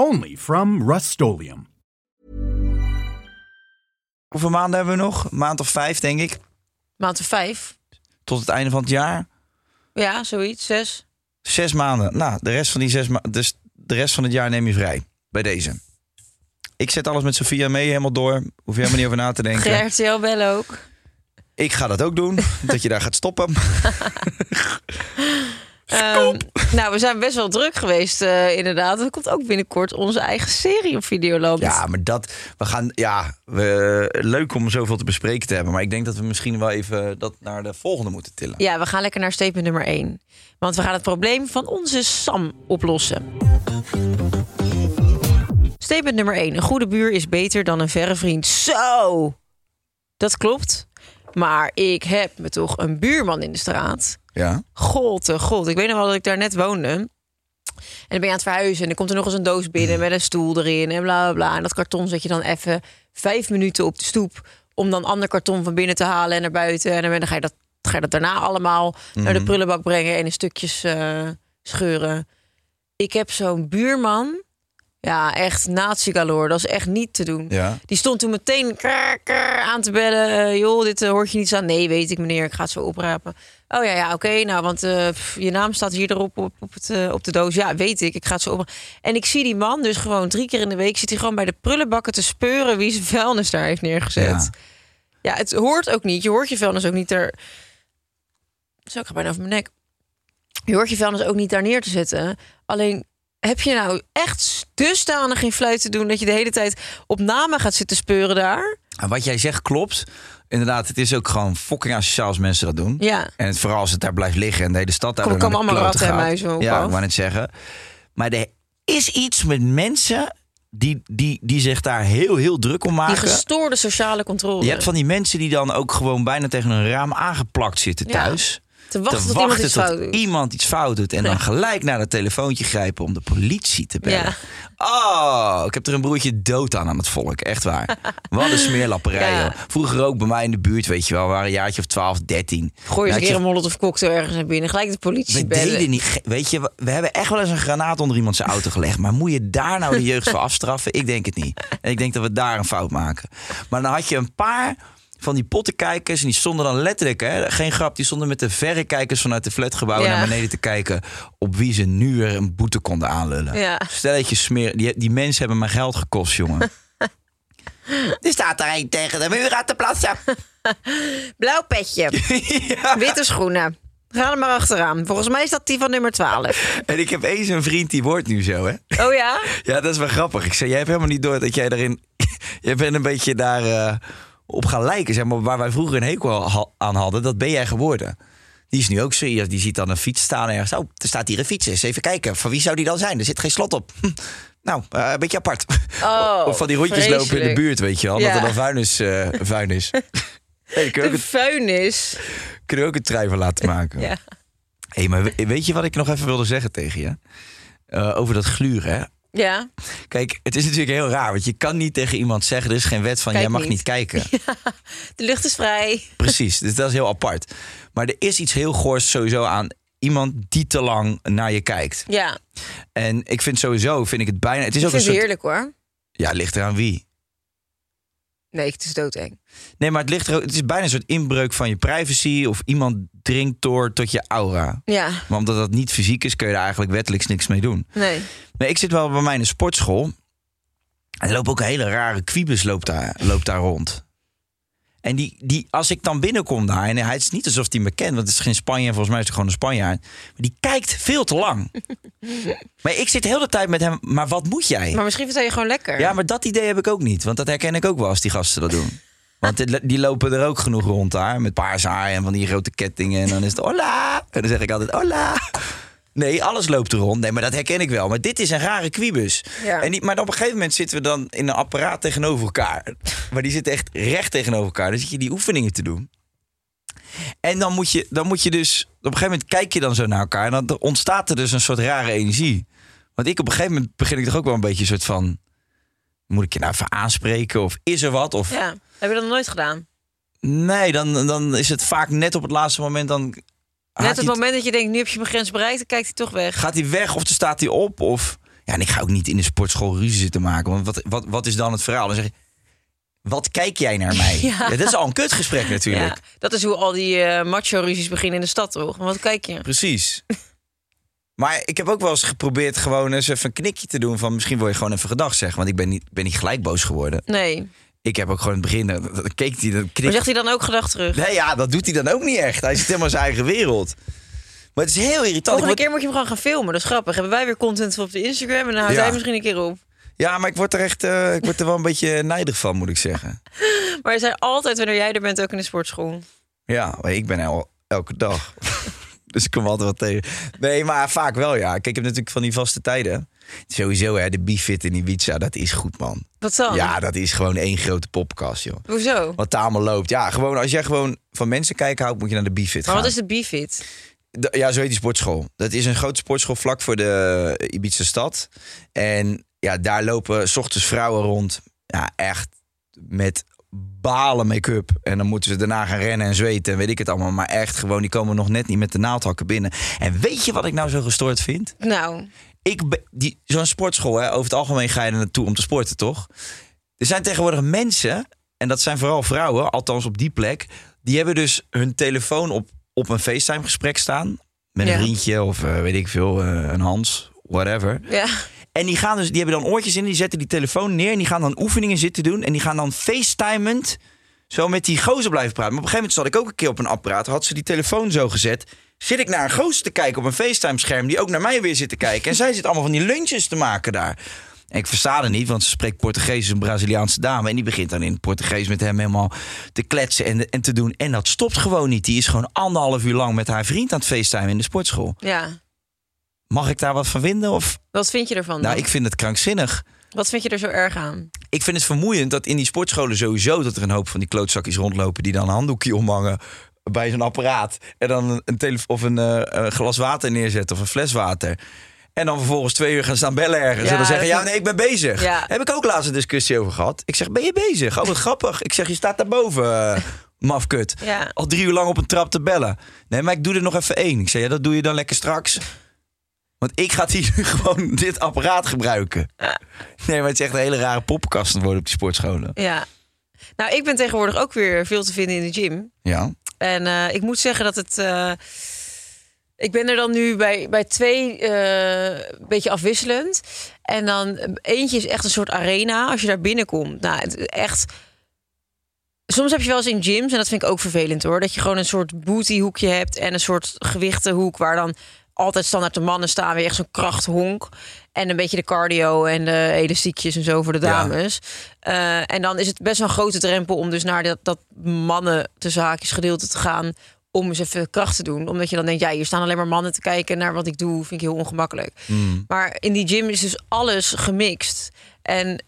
H: Only from Rust
A: Hoeveel maanden hebben we nog? Een maand of vijf, denk ik.
F: Maand of vijf.
A: Tot het einde van het jaar.
F: Ja, zoiets. Zes.
A: Zes maanden. Nou, de rest van, die zes ma- dus de rest van het jaar neem je vrij. Bij deze. Ik zet alles met Sofia mee helemaal door. Hoef je helemaal niet over na te denken.
F: Ga je RTL bellen ook?
A: Ik ga dat ook doen. dat je daar gaat stoppen.
F: Ehm, nou, we zijn best wel druk geweest, eh, inderdaad. Er komt ook binnenkort onze eigen serie op Videoland.
A: Ja, maar dat... We gaan... Ja, we, leuk om zoveel te bespreken te hebben. Maar ik denk dat we misschien wel even dat naar de volgende moeten tillen.
F: Ja, we gaan lekker naar statement nummer één. Want we gaan het probleem van onze Sam oplossen. Statement nummer één. Een goede buur is beter dan een verre vriend. Zo! Dat klopt. Maar ik heb me toch een buurman in de straat.
A: Ja.
F: God, eh, god. Ik weet nog wel dat ik daar net woonde. En dan ben je aan het verhuizen en dan komt er nog eens een doos binnen met een stoel erin en bla bla bla. En dat karton zet je dan even vijf minuten op de stoep om dan ander karton van binnen te halen en naar buiten. En dan ben- dan ga je dat, ga je dat daarna allemaal naar de prullenbak brengen en in stukjes eh, scheuren. Ik heb zo'n buurman. Ja, echt nazi galore. Dat is echt niet te doen.
A: Ja.
F: Die stond toen meteen krrr, krrr, aan te bellen. Eh, joh, dit eh, hoort je niet aan. Nee, weet ik meneer, ik ga het zo oprapen. Oh ja, ja, oké. nou, want eh, pff, je naam staat hier erop op, op, het, eh, op de doos. Ja, weet ik, ik ga het zo oprapen. En ik zie die man dus gewoon drie keer in de week... zit hij gewoon bij de prullenbakken te speuren... wie zijn vuilnis daar heeft neergezet. Ja, het hoort ook niet. Je hoort je vuilnis ook niet er... Zo, ik ga bijna over mijn nek. Je hoort je vuilnis ook niet daar neer te zetten. Alleen Heb je nou echt dusdanig geen fluit te doen dat je de hele tijd op namen gaat zitten speuren daar?
A: En wat jij zegt klopt. Inderdaad, het is ook gewoon fucking asociaal als mensen dat doen.
F: Ja.
A: En het, vooral als het daar blijft liggen en de hele stad daar
F: Kom-
A: door naar
F: komen
A: de
F: allemaal
A: kloten
F: ratten en
A: gaat.
F: muizen op
A: Ja,
F: af.
A: ik wou net zeggen. Maar er is iets met mensen die, die, die zich daar heel, heel druk om
F: Die
A: maken.
F: gestoorde sociale controle.
A: Je hebt van die mensen die dan ook gewoon bijna tegen een raam aangeplakt zitten
F: Ja.
A: thuis.
F: te wachten
A: te
F: tot iemand
A: wachten
F: iets
A: tot
F: fout doet.
A: iemand iets fout doet. En dan gelijk naar dat telefoontje grijpen om de politie te bellen.
F: Ja.
A: Oh, ik heb er een broertje dood aan aan het volk. Echt waar. Wat een smeerlapperij.
F: Ja.
A: joh. Vroeger ook bij mij in de buurt, weet je wel. We waren een jaartje of 12, 13.
F: Gooi eens
A: Dan
F: een
A: had
F: keer
A: je-
F: een molotov cocktail ergens naar binnen. Gelijk de politie
A: we
F: bellen.
A: deden niet. ge- Weet je, we- we hebben echt wel eens een granaat onder iemand zijn auto gelegd. Maar moet je daar nou de jeugd voor afstraffen? Ik denk het niet. En ik denk dat we daar een fout maken. Maar dan had je een paar van die pottenkijkers. En die stonden dan letterlijk, hè, geen grap. Die stonden met de verrekijkers vanuit de flatgebouwen
F: Ja.
A: naar beneden te kijken. op wie ze nu weer een boete konden aanlullen.
F: Ja.
A: Stelletje smeer. Die, die mensen hebben mijn geld gekost, jongen. er staat er een tegen de muur aan te plassen.
F: Blauw petje. Witte schoenen. Ga er maar achteraan. Volgens mij is dat die van nummer 12.
A: En ik heb eens een vriend die wordt nu zo, hè?
F: Oh ja?
A: Ja, dat is wel grappig. Ik zei, jij hebt helemaal niet door dat jij daarin... jij bent een beetje daar eh, op gaan lijken. Zeg maar, waar wij vroeger een hekel ha- aan hadden, dat ben jij geworden. Die is nu ook serieus. Die ziet dan een fiets staan ergens. Oh, er staat hier een fiets. Eens even kijken. Van wie zou die dan zijn? Er zit geen slot op. Hm. Nou, eh, een beetje apart.
F: Oh,
A: of van die rondjes lopen in de
F: vreselijk.
A: buurt, weet je wel.
F: Ja.
A: Dat er dan vuin is. eh, vuin is. hey, kunnen, we
F: De
A: ook,
F: vuilnis.
A: een- kunnen we ook een trui van laten maken?
F: Ja.
A: hey, maar we- weet je wat ik nog even wilde zeggen tegen je? Eh, over dat gluren, hè?
F: Ja.
A: Kijk, het is natuurlijk heel raar, want je kan niet tegen iemand zeggen: er is geen wet van
F: Kijk
A: jij mag
F: niet.
A: niet, kijken.
F: De lucht is vrij.
A: Precies, dus dat is heel apart. Maar er is iets heel goors sowieso aan iemand die te lang naar je kijkt.
F: Ja.
A: En ik vind sowieso, vind ik het bijna. Het is
F: Ik
A: ook een
F: vind het
A: soort.
F: heerlijk hoor.
A: Ja, het ligt eraan wie.
F: Nee, het is doodeng.
A: Nee, maar het, ligt er, ook- het is bijna een soort inbreuk van je privacy of iemand dringt door tot je aura.
F: Ja.
A: Maar omdat dat niet fysiek is, kun je daar eigenlijk wettelijk niks mee doen.
F: Nee.
A: Nee, ik zit wel bij mij in een sportschool. En er loopt ook een hele rare kwiebus loopt daar, loopt daar rond. En die, die, als ik dan binnenkom daar, en hij het is niet alsof hij me kent, want het is geen Spanjaard, volgens mij is het gewoon een Spanjaard. Maar die kijkt veel te lang. maar ik zit heel de hele tijd met hem, maar wat moet jij?
F: Maar misschien vind je gewoon lekker.
A: Ja, maar dat idee heb ik ook niet, want dat herken ik ook wel als die gasten dat doen. Want dit- die lopen er ook genoeg rond daar, met paars haar en van die grote kettingen. En dan is het hola. En dan zeg ik altijd hola. Nee, alles loopt er rond. Nee, maar dat herken ik wel. Maar dit is een rare kwiebus.
F: Ja.
A: En die, maar dan op een gegeven moment zitten we dan in een apparaat tegenover elkaar. Maar die zit echt recht tegenover elkaar. Dan zit je die oefeningen te doen. En dan moet je, dan moet je dus... Op een gegeven moment kijk je dan zo naar elkaar. En dan ontstaat er dus een soort rare energie. Want ik op een gegeven moment begin ik toch ook wel een beetje een soort van... Moet ik je nou even aanspreken? Of is er wat? Of
F: Ja. Heb je dat nog nooit gedaan?
A: nee, dan, dan is het vaak net op het laatste moment. Dan haakt
F: Net
A: hij
F: het moment dat je denkt, nu heb je mijn grens bereikt, dan kijkt hij toch weg.
A: gaat hij weg of dan staat hij op? Of... Ja, en ik ga ook niet in de sportschool ruzie zitten maken. Want wat, wat, wat is dan het verhaal? Dan zeg ik, wat kijk jij naar mij? Ja. dat is al een kutgesprek natuurlijk.
F: Ja. Dat is hoe al die eh, macho-ruzies beginnen in de stad, toch? Want wat kijk je?
A: Precies. Maar ik heb ook wel eens geprobeerd gewoon eens even een knikje te doen van misschien wil je gewoon even gedag zeggen. Want ik ben niet, ik ben niet gelijk boos geworden.
F: Nee.
A: Ik heb ook gewoon in het begin, dan- dan keek hij, dan
F: Maar
A: knikte
F: zegt hij dan ook gedag terug?
A: Nee, ja, dat doet hij dan ook niet echt. Hij zit helemaal in zijn eigen wereld. Maar het is heel irritant. Ik
F: Volgende
A: word-
F: keer moet je hem gewoon gaan filmen. Dat is grappig. Hebben wij weer content voor op de Instagram en dan houdt
A: Ja.
F: hij misschien een keer op.
A: Ja, maar ik word er echt eh, ik word er wel een beetje nijdig van, moet ik zeggen.
F: Maar er zijn altijd, wanneer jij er bent, ook in de sportschool.
A: Ja, maar ik ben el- elke dag. dus ik kom altijd wat tegen. Nee, maar vaak wel, ja. Kijk, ik heb natuurlijk van die vaste tijden. Sowieso, hè, de Bifit in Ibiza, dat is goed, man.
F: Wat dan?
A: Ja, dat is gewoon één grote popkast, joh.
F: Hoezo?
A: Wat daar allemaal loopt. Ja, gewoon als jij gewoon van mensen kijken houdt, moet je naar de Bifit gaan.
F: Maar wat is de BFIT?
A: D- Ja, zo heet die sportschool. Dat is een grote sportschool vlak voor de eh, Ibiza stad. En ja, daar lopen s ochtends vrouwen rond. Ja, echt met balen make-up. En dan moeten ze daarna gaan rennen en zweten en weet ik het allemaal. Maar echt gewoon, die komen nog net niet met de naaldhakken binnen. En weet je wat ik nou zo gestoord vind?
F: Nou,
A: Ik be- die Zo'n sportschool, hè, over het algemeen ga je er naartoe om te sporten, toch? Er zijn tegenwoordig mensen, en dat zijn vooral vrouwen, althans op die plek, die hebben dus hun telefoon op, op een FaceTime-gesprek staan. Met
F: Ja.
A: een vriendje of eh, weet ik veel, eh, een Hans, whatever.
F: ja.
A: En die, gaan dus, die hebben dan oortjes in, die zetten die telefoon neer en die gaan dan oefeningen zitten doen. En die gaan dan FaceTimend zo met die gozer blijven praten. Maar op een gegeven moment zat ik ook een keer op een apparaat. Had ze die telefoon zo gezet. Zit ik naar een gozer te kijken op een FaceTime-scherm. Die ook naar mij weer zit te kijken. En zij zit allemaal van die lunches te maken daar. En ik versta haar niet, want ze spreekt Portugees, is een Braziliaanse dame. En die begint dan in het Portugees met hem helemaal te kletsen en, en te doen. En dat stopt gewoon niet. Die is gewoon anderhalf uur lang met haar vriend aan het FaceTime in de sportschool.
F: Ja.
A: Mag ik daar wat van vinden? Of?
F: Wat vind je ervan?
A: Nou,
F: dan?
A: ik vind het krankzinnig.
F: Wat vind je er zo erg aan?
A: Ik vind het vermoeiend dat in die sportscholen sowieso... dat er een hoop van die klootzakjes rondlopen... die dan een handdoekje omhangen bij zo'n apparaat. En dan een- een, telef- of een eh, eh, glas water neerzetten of een fles water. En dan vervolgens twee uur gaan staan bellen ergens.
F: Ja,
A: en dan zeggen,
F: dat
A: ja,
F: is-
A: nee, ik ben bezig.
F: Ja.
A: Heb ik ook laatst een discussie over gehad. Ik zeg, ben je bezig? Oh, wat grappig. Ik zeg, je staat daarboven, eh mafkut.
F: Ja.
A: Al drie uur lang op een trap te bellen. Nee, maar ik doe er nog even één. Ik zeg, ja, dat doe je dan lekker straks. Want ik ga hier nu gewoon dit apparaat gebruiken. Nee, maar het is echt een hele rare poppenkasten worden op die sportscholen.
F: Ja. Nou, ik ben tegenwoordig ook weer veel te vinden in de gym.
A: Ja.
F: En eh, ik moet zeggen dat het. eh, ik ben er dan nu bij, bij twee eh, een beetje afwisselend. En dan eh, eentje is echt een soort arena als je daar binnenkomt. Nou, het, is echt. Soms heb je wel eens in gyms, en dat vind ik ook vervelend hoor. Dat je gewoon een soort bootyhoekje hebt en een soort gewichtenhoek waar dan altijd standaard de mannen staan. Weer echt zo'n krachthonk. En een beetje de cardio en de elastiekjes en zo voor de
A: Ja.
F: dames. Eh, en dan is het best wel een grote drempel om dus naar dat, dat mannen tussen haakjes gedeelte te gaan. Om eens even kracht te doen. Omdat je dan denkt, ja, hier staan alleen maar mannen te kijken naar wat ik doe. Vind ik heel ongemakkelijk. Maar in die gym is dus alles gemixt. En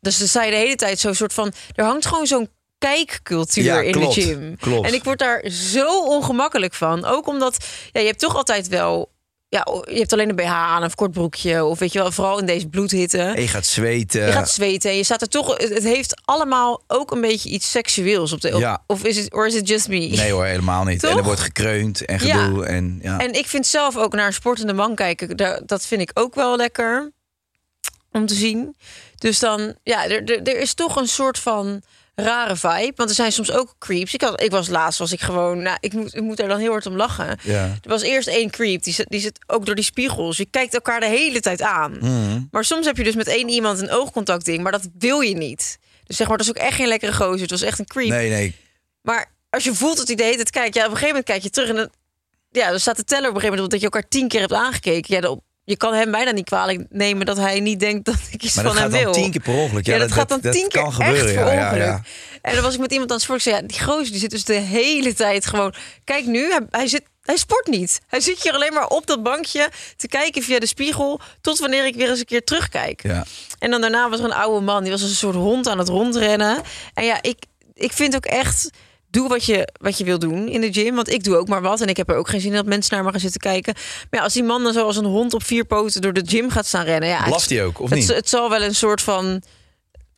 F: dus dan sta je de hele tijd zo'n soort van... Er hangt gewoon zo'n kijkcultuur
A: Ja,
F: in
A: klopt,
F: de gym.
A: klopt.
F: En ik word daar zo ongemakkelijk van. Ook omdat ja, je hebt toch altijd wel... Ja, je hebt alleen een BH aan of kort broekje. Of weet je wel, vooral in deze bloedhitte.
A: En je gaat zweten.
F: Je gaat zweten en je staat er toch... Het het heeft allemaal ook een beetje iets seksueels op de...
A: Ja.
F: Of is het or is it just me?
A: Nee hoor, helemaal niet. En er
F: Toch?
A: wordt gekreund en gedoe.
F: Ja.
A: En, ja.
F: En ik vind zelf ook naar een sportende man kijken, daar- dat vind ik ook wel lekker om te zien. Dus dan, ja, er, er, er is toch een soort van rare vibe. Want er zijn soms ook creeps. Ik, had, ik was laatst, was ik gewoon, nou, ik moet, ik moet er dan heel hard om lachen.
A: Ja.
F: Er was eerst één creep, die zit, die zit ook door die spiegels. Je kijkt elkaar de hele tijd aan.
A: Mm.
F: Maar soms heb je dus met één iemand een oogcontact ding, maar dat wil je niet. Dus zeg maar, dat is ook echt geen lekkere gozer. Het was echt een creep.
A: Nee, nee.
F: Maar als je voelt dat hij de hele tijd kijkt, ja, op een gegeven moment kijk je terug en dan, ja, dan staat de teller op een gegeven moment op dat je elkaar tien keer hebt aangekeken. Ja, dan, je kan hem bijna niet kwalijk nemen dat hij niet denkt dat ik iets
A: Maar dat
F: van hem
A: gaat
F: wil.
A: dan tien keer per ongeluk. Ja,
F: dat,
A: dat-
F: gaat dan
A: dat- dat
F: tien keer
A: kan
F: echt
A: gebeuren,
F: per
A: ja, ja,
F: ongeluk.
A: ja.
F: En dan was ik met iemand aan het sporten. Ik zei, ja, die gozer die zit dus de hele tijd gewoon... Kijk nu, hij, hij zit... Hij sport niet. Hij zit hier alleen maar op dat bankje te kijken via de spiegel... tot wanneer ik weer eens een keer terugkijk.
A: Ja.
F: En dan daarna was er een oude man, die was als een soort hond aan het rondrennen. En ja, ik, ik vind ook echt, doe wat je, wat je wil doen in de gym. Want ik doe ook maar wat en ik heb er ook geen zin in dat mensen naar me gaan zitten kijken. Maar ja, als die man dan zoals een hond op vier poten door de gym gaat staan rennen... Ja,
A: Blaft
F: het-
A: hij ook, of
F: het,
A: niet?
F: Het zal wel een soort van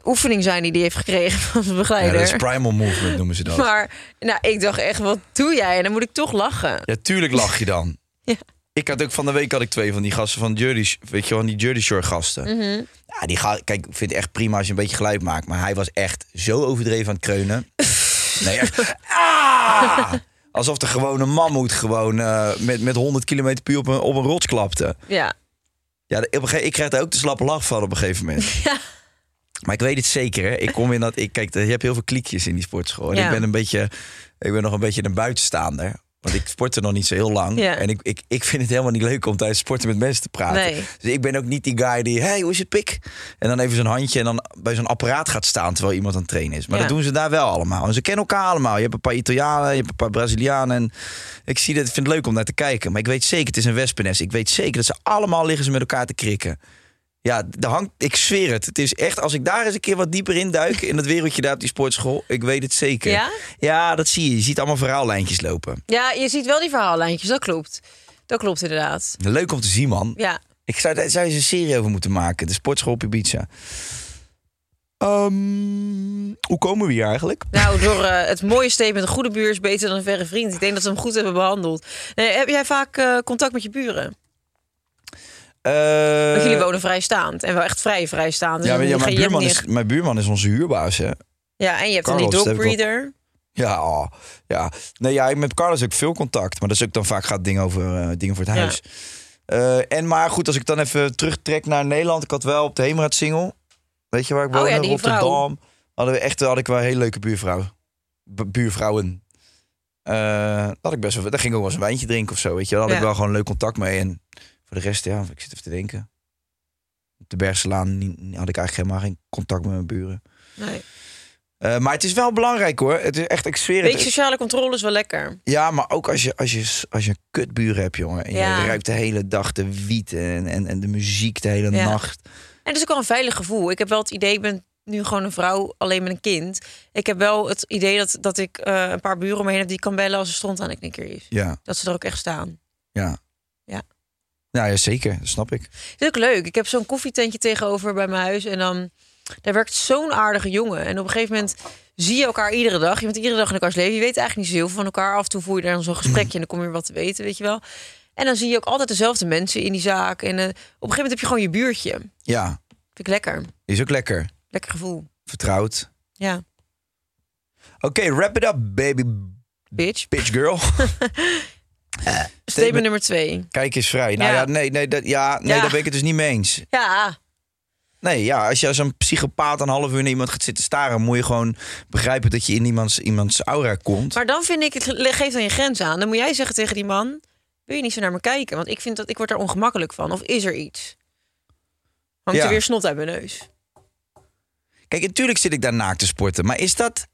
F: oefening zijn die die heeft gekregen van zijn
A: Ja,
F: begeleider.
A: dat is primal movement noemen ze dat.
F: maar nou, ik dacht echt, wat doe jij? En dan moet ik toch lachen.
A: Ja, tuurlijk lach je dan.
F: Ja.
A: Ik had ook van de week had ik twee van die gasten van Jersey, weet je wel, die Jersey Shore gasten. Ja, die ga, kijk, ik vind het echt prima als je een beetje geluid maakt, maar hij was echt zo overdreven aan het kreunen. nee, echt. Ah! Alsof er gewoon een mammoet gewoon eh, met, met 100 km per uur op een, op een rots klapte.
F: Ja,
A: Ja, op een gegeven, ik kreeg daar ook de slappe lach van op een gegeven moment.
F: Ja.
A: Maar ik weet het zeker, hè. Ik kom in dat... Ik, kijk, je hebt heel veel kliekjes in die sportschool. En
F: Ja.
A: ik ben een beetje... Ik ben nog een beetje een buitenstaander. Want ik sportte nog niet zo heel lang.
F: Ja.
A: En ik, ik, ik vind het helemaal niet leuk om tijdens sporten met mensen te praten.
F: Nee.
A: Dus ik ben ook niet die guy die... hey, hoe is het pik? En dan even zo'n handje en dan bij zo'n apparaat gaat staan... terwijl iemand aan het trainen is. Maar
F: Ja.
A: dat doen ze daar wel allemaal. En ze kennen elkaar allemaal. Je hebt een paar Italianen, je hebt een paar Brazilianen. En ik zie dat, ik vind het leuk om naar te kijken. Maar ik weet zeker, het is een wespennest. Ik weet zeker dat ze allemaal liggen ze met elkaar te krikken. Ja, daar hangt, ik zweer het. Het is echt, als ik daar eens een keer wat dieper in duik... in dat wereldje daar op die sportschool, ik weet het zeker.
F: Ja?
A: Ja, dat zie je. Je ziet allemaal verhaallijntjes lopen.
F: ja je ziet wel die verhaallijntjes, dat klopt. Dat klopt inderdaad.
A: Leuk om te zien, man.
F: Ja,
A: Ik zou daar zou eens een serie over moeten maken. De sportschool op Ibiza. Ehm, hoe komen we hier eigenlijk?
F: Nou, door eh, het mooie statement, een goede buur is beter dan een verre vriend. Ik denk dat ze hem goed hebben behandeld. Nee, heb jij vaak eh, contact met je buren?
A: Eh,
F: Want jullie wonen vrijstaand en wel echt vrij vrijstaand. Dus
A: Ja, maar-
F: dan
A: ja,
F: ga
A: mijn,
F: je hem
A: buurman
F: niet
A: is,
F: echt-
A: mijn buurman is onze huurbaas, hè.
F: ja, en je
A: Carlos,
F: hebt dan die
A: dat heb ik wel-
F: dogbreeder.
A: Ja, oh, ja. Nee, ja, ik- met Carlos heb ik veel contact. Maar dat is ook dan vaak gaat het ding over eh, dingen voor het
F: Ja.
A: huis. Eh, en maar goed, als ik dan even terugtrek naar Nederland. Ik had wel op de Heemraad Single. Weet je waar ik
F: Oh
A: woonde?
F: ja, die vrouw.
A: Rotterdam. Hadden we echt, had ik wel een hele leuke buurvrouw. bu- buurvrouwen. eh dat ik best wel, daar ging ik ook wel eens een wijntje drinken of zo. Weet je, wel. daar had
F: Ja.
A: ik wel gewoon leuk contact mee. En voor de rest, ja, ik zit even te denken. Op de Bergselaan niet- had ik eigenlijk helemaal geen contact met mijn buren.
F: Nee.
A: Eh, maar het is wel belangrijk hoor. Het is echt, ik zweer
F: Beetje
A: het.
F: sociale controle is wel lekker.
A: Ja, maar ook als je, als je, als je kutburen hebt, jongen. En
F: Ja.
A: je ruikt de hele dag de wiet en, en, en de muziek de hele
F: Ja.
A: nacht.
F: En het is ook wel een veilig gevoel. Ik heb wel het idee, ik ben nu gewoon een vrouw, alleen met een kind. Ik heb wel het idee dat, dat ik eh, een paar buren om me heen heb die ik kan bellen als er stond aan een knikker is.
A: Ja,
F: Dat ze er ook echt staan.
A: ja.
F: Ja.
A: Nou ja, zeker. Dat snap ik.
F: Het is ook leuk. Ik heb zo'n koffietentje tegenover bij mijn huis. En dan, daar werkt zo'n aardige jongen. En op een gegeven moment zie je elkaar iedere dag. Je bent iedere dag in elkaars leven. Je weet eigenlijk niet zo heel veel van elkaar. Af en toe voer je daar dan zo'n gesprekje en dan kom je wat te weten, weet je wel. En dan zie je ook altijd dezelfde mensen in die zaak. En eh, op een gegeven moment heb je gewoon je buurtje. Vind
A: Ja,
F: ik lekker.
A: is ook lekker.
F: Lekker gevoel.
A: Vertrouwd.
F: Ja,
A: Oké, wrap it up, baby
F: bitch.
A: bitch girl.
F: Statement nummer twee.
A: Kijk eens vrij. Nou ja,
F: Ja.
A: nee, nee, dat, ja, nee
F: Ja.
A: daar ben ik het dus niet mee eens.
F: Ja,
A: Nee, ja, als je als een psychopaat een half uur naar iemand gaat zitten staren... moet je gewoon begrijpen dat je in iemands, iemands aura komt.
F: maar dan vind ik, het le- geeft dan je grens aan. Dan moet jij zeggen tegen die man, wil je niet zo naar me kijken? Want ik vind dat, ik word daar ongemakkelijk van. Of is er iets? Hangt
A: Ja.
F: er weer snot uit mijn neus?
A: Kijk, natuurlijk zit ik daar naakt te sporten. Maar is dat,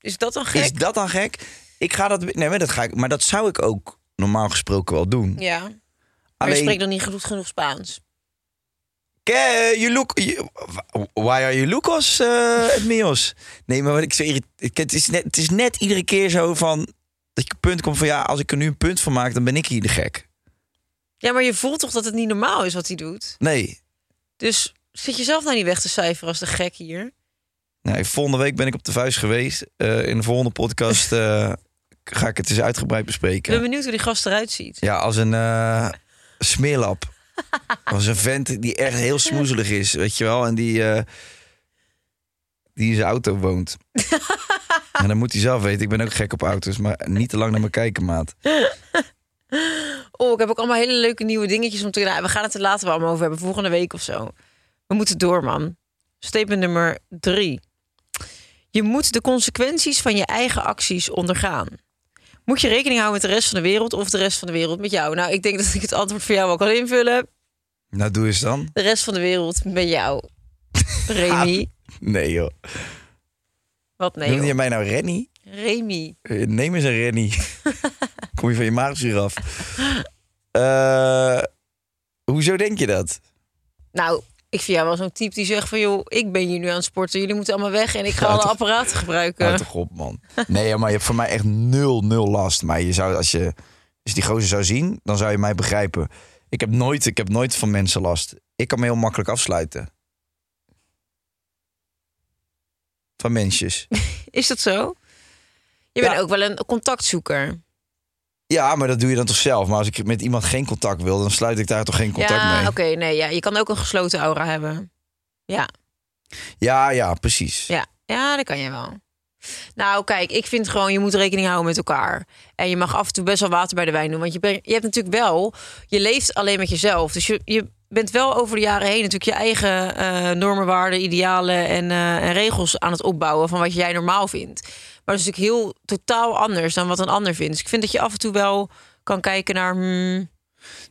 F: Is dat dan gek?
A: is dat dan gek? Ik ga dat... Nee, maar dat, ga ik, maar dat zou ik ook normaal gesproken wel doen.
F: Ja, maar je
A: Alleen,
F: spreekt dan niet goed genoeg Spaans.
A: Ke- you look... you- why are you Lucas eh at meals? Nee, maar wat ik zo irrit- ik- het, is net, het is net iedere keer zo van... dat je op het punt komt van... ja, als ik er nu een punt van maak, dan ben ik hier de gek.
F: Ja, maar je voelt toch dat het niet normaal is wat hij doet?
A: Nee,
F: Dus zit jezelf nou niet weg te cijferen als de gek hier?
A: Nee, volgende week ben ik op de vuist geweest. Eh, in de volgende podcast eh, ga ik het eens uitgebreid
F: Ik ben
A: bespreken.
F: benieuwd hoe die gast eruit ziet.
A: Ja, als een eh smeerlap. als een vent die echt heel smoezelig is, weet je wel. En die, eh, die in zijn auto woont. en dan moet hij zelf weten. Ik ben ook gek op auto's, maar niet te lang naar me kijken, maat.
F: Oh, ik heb ook allemaal hele leuke nieuwe dingetjes om te... Nou, we gaan het er later wel allemaal over hebben, volgende week of zo. We moeten door, man. Statement nummer drie. Je moet de consequenties van je eigen acties ondergaan. Moet je rekening houden met de rest van de wereld of de rest van de wereld met jou? Nou, ik denk dat ik het antwoord voor jou wel kan invullen.
A: Nou, doe eens dan.
F: De rest van de wereld met jou. Remy.
A: Nee, joh.
F: Wat nee,
A: Noem
F: joh.
A: je mij nou Rennie?
F: Remy.
A: Eh, Neem eens een Rennie. Kom je van je maagzuur af. Eh, hoezo denk je dat?
F: Nou, ik vind jou wel zo'n type die zegt van... joh, ik ben hier nu aan het sporten. Jullie moeten allemaal weg en ik ga
A: Ja,
F: alle
A: toch.
F: apparaten gebruiken.
A: Houd toch op, man. Nee, maar je hebt voor mij echt nul, nul last. Maar je zou, als je als je die gozer zou zien, dan zou je mij begrijpen. Ik heb nooit, ik heb nooit van mensen last. Ik kan me heel makkelijk afsluiten. Van mensjes.
F: Is dat zo? Je
A: Ja.
F: bent ook wel een contactzoeker.
A: Ja, maar dat doe je dan toch zelf. Maar als ik met iemand geen contact wil, dan sluit ik daar toch geen contact
F: ja,
A: mee.
F: oké, nee, ja. Je kan ook een gesloten aura hebben. Ja,
A: Ja, ja, precies.
F: ja, ja, dat kan je wel. Nou, kijk, ik vind gewoon, je moet rekening houden met elkaar. En je mag af en toe best wel water bij de wijn doen. Want je, bent- je hebt natuurlijk wel, je leeft alleen met jezelf. Dus je, je bent wel over de jaren heen natuurlijk je eigen eh, normen, waarden, idealen en, eh, en regels aan het opbouwen van wat jij normaal vindt. Maar dat is natuurlijk heel totaal anders dan wat een ander vindt. Dus ik vind dat je af en toe wel kan kijken naar. hmm,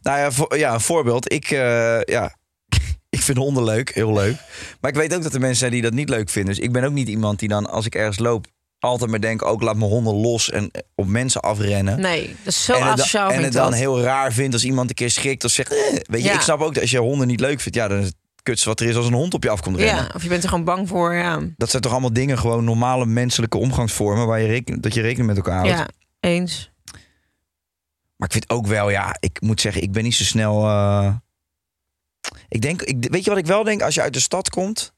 A: Nou ja, voor- ja een voorbeeld. Ik, eh, ja, ik vind honden leuk, heel leuk. Maar ik weet ook dat er mensen zijn die dat niet leuk vinden. Dus ik ben ook niet iemand die dan, als ik ergens loop, altijd maar denkt... ook laat mijn honden los en eh, op mensen afrennen.
F: nee, dat is Mm, zo
A: en het,
F: asociaal.
A: dan, en
F: vind
A: het
F: ik
A: dan
F: dat.
A: heel raar vindt als iemand een keer schrikt of zegt... eh. Weet je,
F: Ja.
A: ik snap ook dat als je honden niet leuk vindt... ja, dan is het kutste wat er is als een hond op je afkomt rennen.
F: Ja, of je bent er gewoon bang voor. Ja,
A: Dat zijn toch allemaal dingen, gewoon normale menselijke omgangsvormen... waar je reken, dat je rekening met elkaar houdt.
F: ja eens.
A: Maar ik vind ook wel, ja, ik moet zeggen, ik ben niet zo snel. eh, Ik denk, ik, weet je wat ik wel denk? Als je uit de stad komt,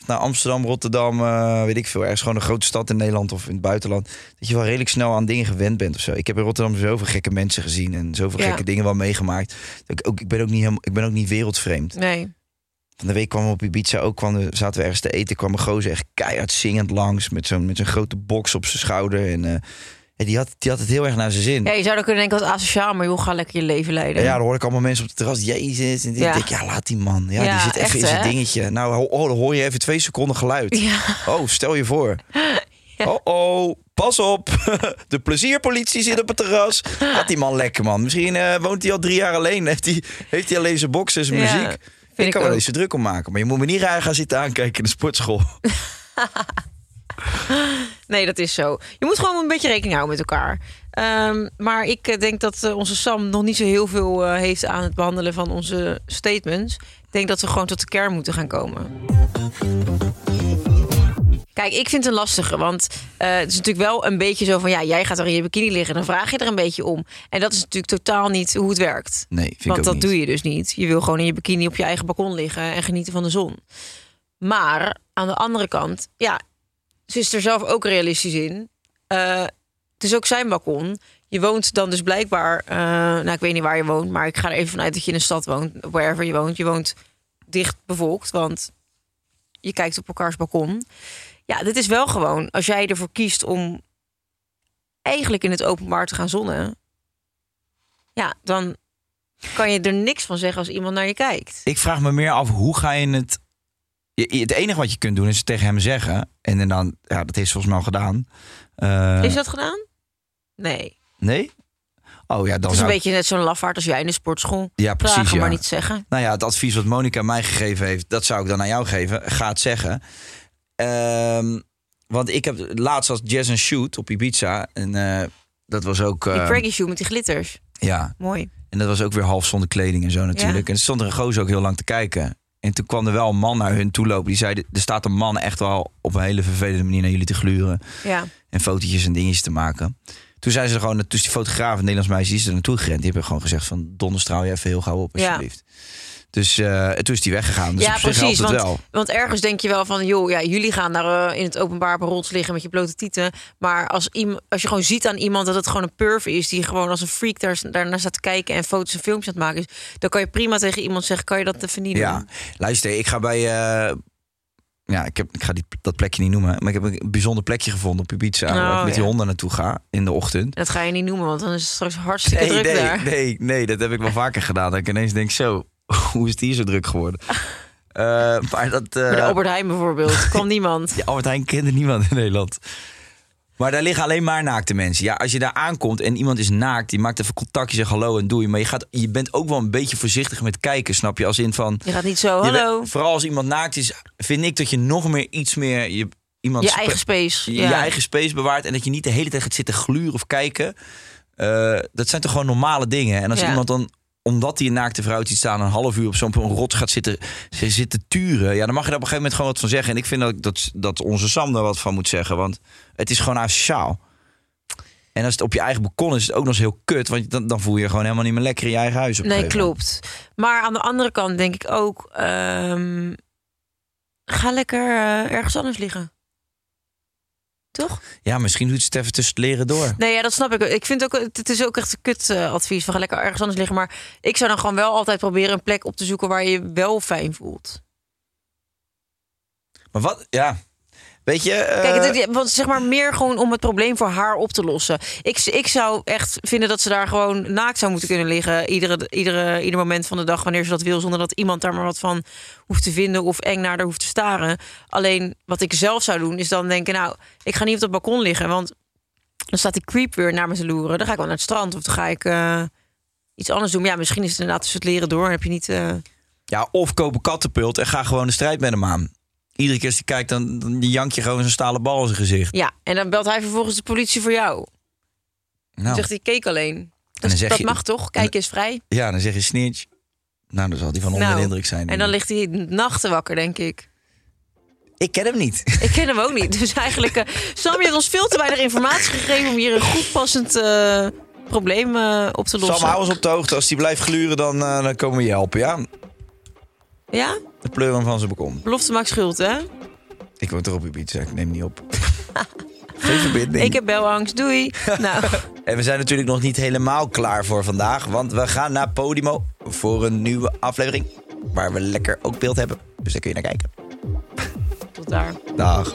A: of naar Amsterdam, Rotterdam, eh, weet ik veel, ergens gewoon een grote stad in Nederland of in het buitenland, dat je wel redelijk snel aan dingen gewend bent of zo. Ik heb in Rotterdam zoveel gekke mensen gezien en zoveel
F: Ja.
A: gekke dingen wel meegemaakt. Dat Ik, ook, ik ben ook niet helemaal, ik ben ook niet wereldvreemd.
F: Nee.
A: Van de week kwam op Ibiza ook, kwam, er- zaten we ergens te eten, kwam een gozer echt keihard zingend langs met zo'n met zo'n grote box op zijn schouder en. eh, en die had, die had het heel erg naar zijn zin.
F: Ja, je zou dan kunnen denken, wat asociaal, maar joh, ga lekker je leven leiden.
A: Ja, dan hoor ik allemaal mensen op het terras. Jezus. En
F: Ja.
A: ik denk, ja, laat die man. Ja,
F: Ja,
A: die zit even
F: echt,
A: in zijn
F: hè?
A: dingetje. Nou, ho- oh, dan hoor je even twee seconden geluid.
F: Ja.
A: Oh, stel je voor. Oh, oh, Pas op, de plezierpolitie zit op het terras. Laat die man lekker, man. Misschien eh, woont hij al drie jaar alleen. Heeft hij, heeft hij alleen zijn box en zijn
F: Ja,
A: muziek. Ik
F: vind
A: kan
F: ik
A: wel
F: ook.
A: eens er druk om maken. Maar je moet me niet raar gaan zitten aankijken in de sportschool.
F: Nee, dat is zo. Je moet gewoon een beetje rekening houden met elkaar. Ehm, maar ik eh, denk dat eh, onze Sam nog niet zo heel veel eh, heeft aan het behandelen van onze statements. Ik denk dat we gewoon tot de kern moeten gaan komen. Kijk, ik vind het een lastige, want eh, het is natuurlijk wel een beetje zo van... ja, jij gaat er in je bikini liggen, dan vraag je er een beetje om. En dat is natuurlijk totaal niet hoe het werkt.
A: Nee, vind ik ook
F: Want dat
A: niet.
F: doe je dus niet. Je wil gewoon in je bikini op je eigen balkon liggen en genieten van de zon. Maar aan de andere kant, ja, ze is er zelf ook realistisch in. Eh, het is ook zijn balkon. Je woont dan dus blijkbaar, eh, nou ik weet niet waar je woont, maar ik ga er even vanuit dat je in een stad woont, wherever je woont. Je woont dicht bevolkt, want je kijkt op elkaars balkon. Ja, dit is wel gewoon, als jij ervoor kiest om eigenlijk in het openbaar te gaan zonnen, ja, dan kan je er niks van zeggen als iemand naar je kijkt.
A: Ik vraag me meer af, hoe ga je het... je- je- Het enige wat je kunt doen is het tegen hem zeggen. En, en dan, ja, dat is volgens mij al gedaan. Eh,
F: Is dat gedaan? Nee.
A: Nee? Oh ja, dan
F: Het is
A: zou
F: een
A: ik-
F: beetje net zo'n lafaard als jij in de sportschool.
A: Ja, precies,
F: Vragen,
A: ja.
F: maar niet zeggen.
A: Nou ja, het advies wat Monica mij gegeven heeft, dat zou ik dan aan jou geven. Ga het zeggen. Ehm, want ik heb laatst als Jazz and Shoot op Ibiza. En eh, dat was ook.
F: Die
A: eh,
F: preggy shoe met die glitters.
A: ja,
F: Mooi.
A: en dat was ook weer half zonder kleding en zo natuurlijk. En er stond er een gozer ook heel lang te kijken. En toen kwam er wel een man naar hun toe lopen. Die zei: Er staat een man echt wel op een hele vervelende manier naar jullie te gluren.
F: Ja.
A: En fotootjes en dingetjes te maken. Toen zijn ze er gewoon, toen is die fotograaf, een Nederlands meisje, die is er naartoe gerend. Die hebben gewoon gezegd: van Donderstraal je even heel gauw op,
F: Ja.
A: alsjeblieft. Dus eh, en toen is die weggegaan. Dus
F: ja,
A: op zich
F: precies.
A: helpt het
F: Want,
A: wel.
F: want ergens denk je wel van, joh, ja, jullie gaan daar eh, in het openbaar op een rots liggen met je blote tieten. Maar als, iem- als je gewoon ziet aan iemand dat het gewoon een perv is, die gewoon als een freak daar, daarnaar staat te kijken en foto's en filmpjes aan het maken is, dan kan je prima tegen iemand zeggen, kan je dat even niet
A: Ja,
F: doen?
A: luister, ik ga bij. eh, ja, ik, heb, ik ga die, dat plekje niet noemen. Maar ik heb een bijzonder plekje gevonden op Ibiza. waar ik
F: Oh,
A: met die
F: ja.
A: honden naartoe ga in de ochtend.
F: Dat ga je niet noemen, want dan is het straks hartstikke druk
A: nee,
F: daar.
A: nee, nee, dat heb ik wel vaker gedaan. Dat ik ineens denk: zo, hoe is het hier zo druk geworden? Eh, maar dat. eh,
F: Bij de Albert Heijn bijvoorbeeld, kwam niemand.
A: Ja, Albert Heijn kende niemand in Nederland. Maar daar liggen alleen maar naakte mensen. Ja, als je daar aankomt en iemand is naakt, die maakt even contact, je zegt hallo en doei. Maar je, gaat, je bent ook wel een beetje voorzichtig met kijken, snap je? Als in van.
F: Je gaat niet zo,
A: je
F: hallo.
A: bent- vooral als iemand naakt is, vind ik dat je nog meer iets meer je, iemand
F: Je
A: spe-
F: eigen space.
A: je,
F: ja.
A: eigen space bewaart. En dat je niet de hele tijd gaat zitten gluren of kijken. Eh, dat zijn toch gewoon normale dingen. En als
F: Ja.
A: iemand dan omdat die een naakte vrouw ziet staan, een half uur op zo'n rot gaat zitten, ze zitten turen. Ja, dan mag je daar op een gegeven moment gewoon wat van zeggen. En ik vind dat, dat, dat onze Sam daar wat van moet zeggen. Want het is gewoon asociaal. En als het op je eigen balkon is, is het ook nog eens heel kut. Want dan, dan voel je je gewoon helemaal niet meer lekker in je eigen huis. Op een
F: Nee,
A: gegeven moment.
F: klopt. Maar aan de andere kant denk ik ook... ehm, ga lekker eh, ergens anders liggen. Toch?
A: Ja, misschien doet ze het even tussen het leren door.
F: Nee, ja, dat snap ik. Ik vind ook, het het is ook echt een kut eh, advies. Van ga lekker ergens anders liggen. Maar ik zou dan gewoon wel altijd proberen een plek op te zoeken... waar je je wel fijn voelt.
A: Maar wat, ja. Weet je. eh,
F: Kijk, het- het- want zeg maar meer gewoon om het probleem voor haar op te lossen. Ik, ik zou echt vinden dat ze daar gewoon naakt zou moeten kunnen liggen. Iedere, iedere, ieder moment van de dag, wanneer ze dat wil. Zonder dat iemand daar maar wat van hoeft te vinden of eng naar haar hoeft te staren. Alleen wat ik zelf zou doen, is dan denken: Nou, ik ga niet op dat balkon liggen. Want dan staat die creep weer naar me te loeren. Dan ga ik wel naar het strand of dan ga ik eh, iets anders doen. Maar ja, misschien is het inderdaad tussen het leren door. En heb je niet. eh,
A: Ja, of koop een kattenpult en ga gewoon de strijd met hem aan. Iedere keer als je kijkt, dan, dan jank je gewoon zo'n stalen bal in zijn gezicht.
F: Ja, en dan belt hij vervolgens de politie voor jou. Dan
A: Nou,
F: zegt hij: Keek alleen.
A: dan
F: Dus
A: zeg
F: dat
A: je-
F: mag toch? Kijk is vrij.
A: ja, dan zeg je snitch. Nou, dan zal hij van onder
F: Nou,
A: de indruk zijn.
F: En dan ligt hij nachten wakker, denk ik.
A: Ik ken hem niet.
F: Ik ken hem ook niet. Dus eigenlijk, eh, Sam, je hebt ons veel te weinig informatie gegeven om hier een goed passend eh, probleem eh, op te
A: Sam,
F: lossen.
A: hou ons op de hoogte. Als hij blijft gluren, dan, eh, dan komen we je helpen, ja?
F: Ja,
A: De pleur hem van zijn bekom.
F: belofte maakt schuld, hè?
A: Ik word erop op iets, ik neem niet op. Geen verbinding.
F: Ik heb belangst, doei. nou,
A: En we zijn natuurlijk nog niet helemaal klaar voor vandaag. Want we gaan naar Podimo voor een nieuwe aflevering. Waar we lekker ook beeld hebben. Dus daar kun je naar kijken.
F: tot daar.
A: Dag.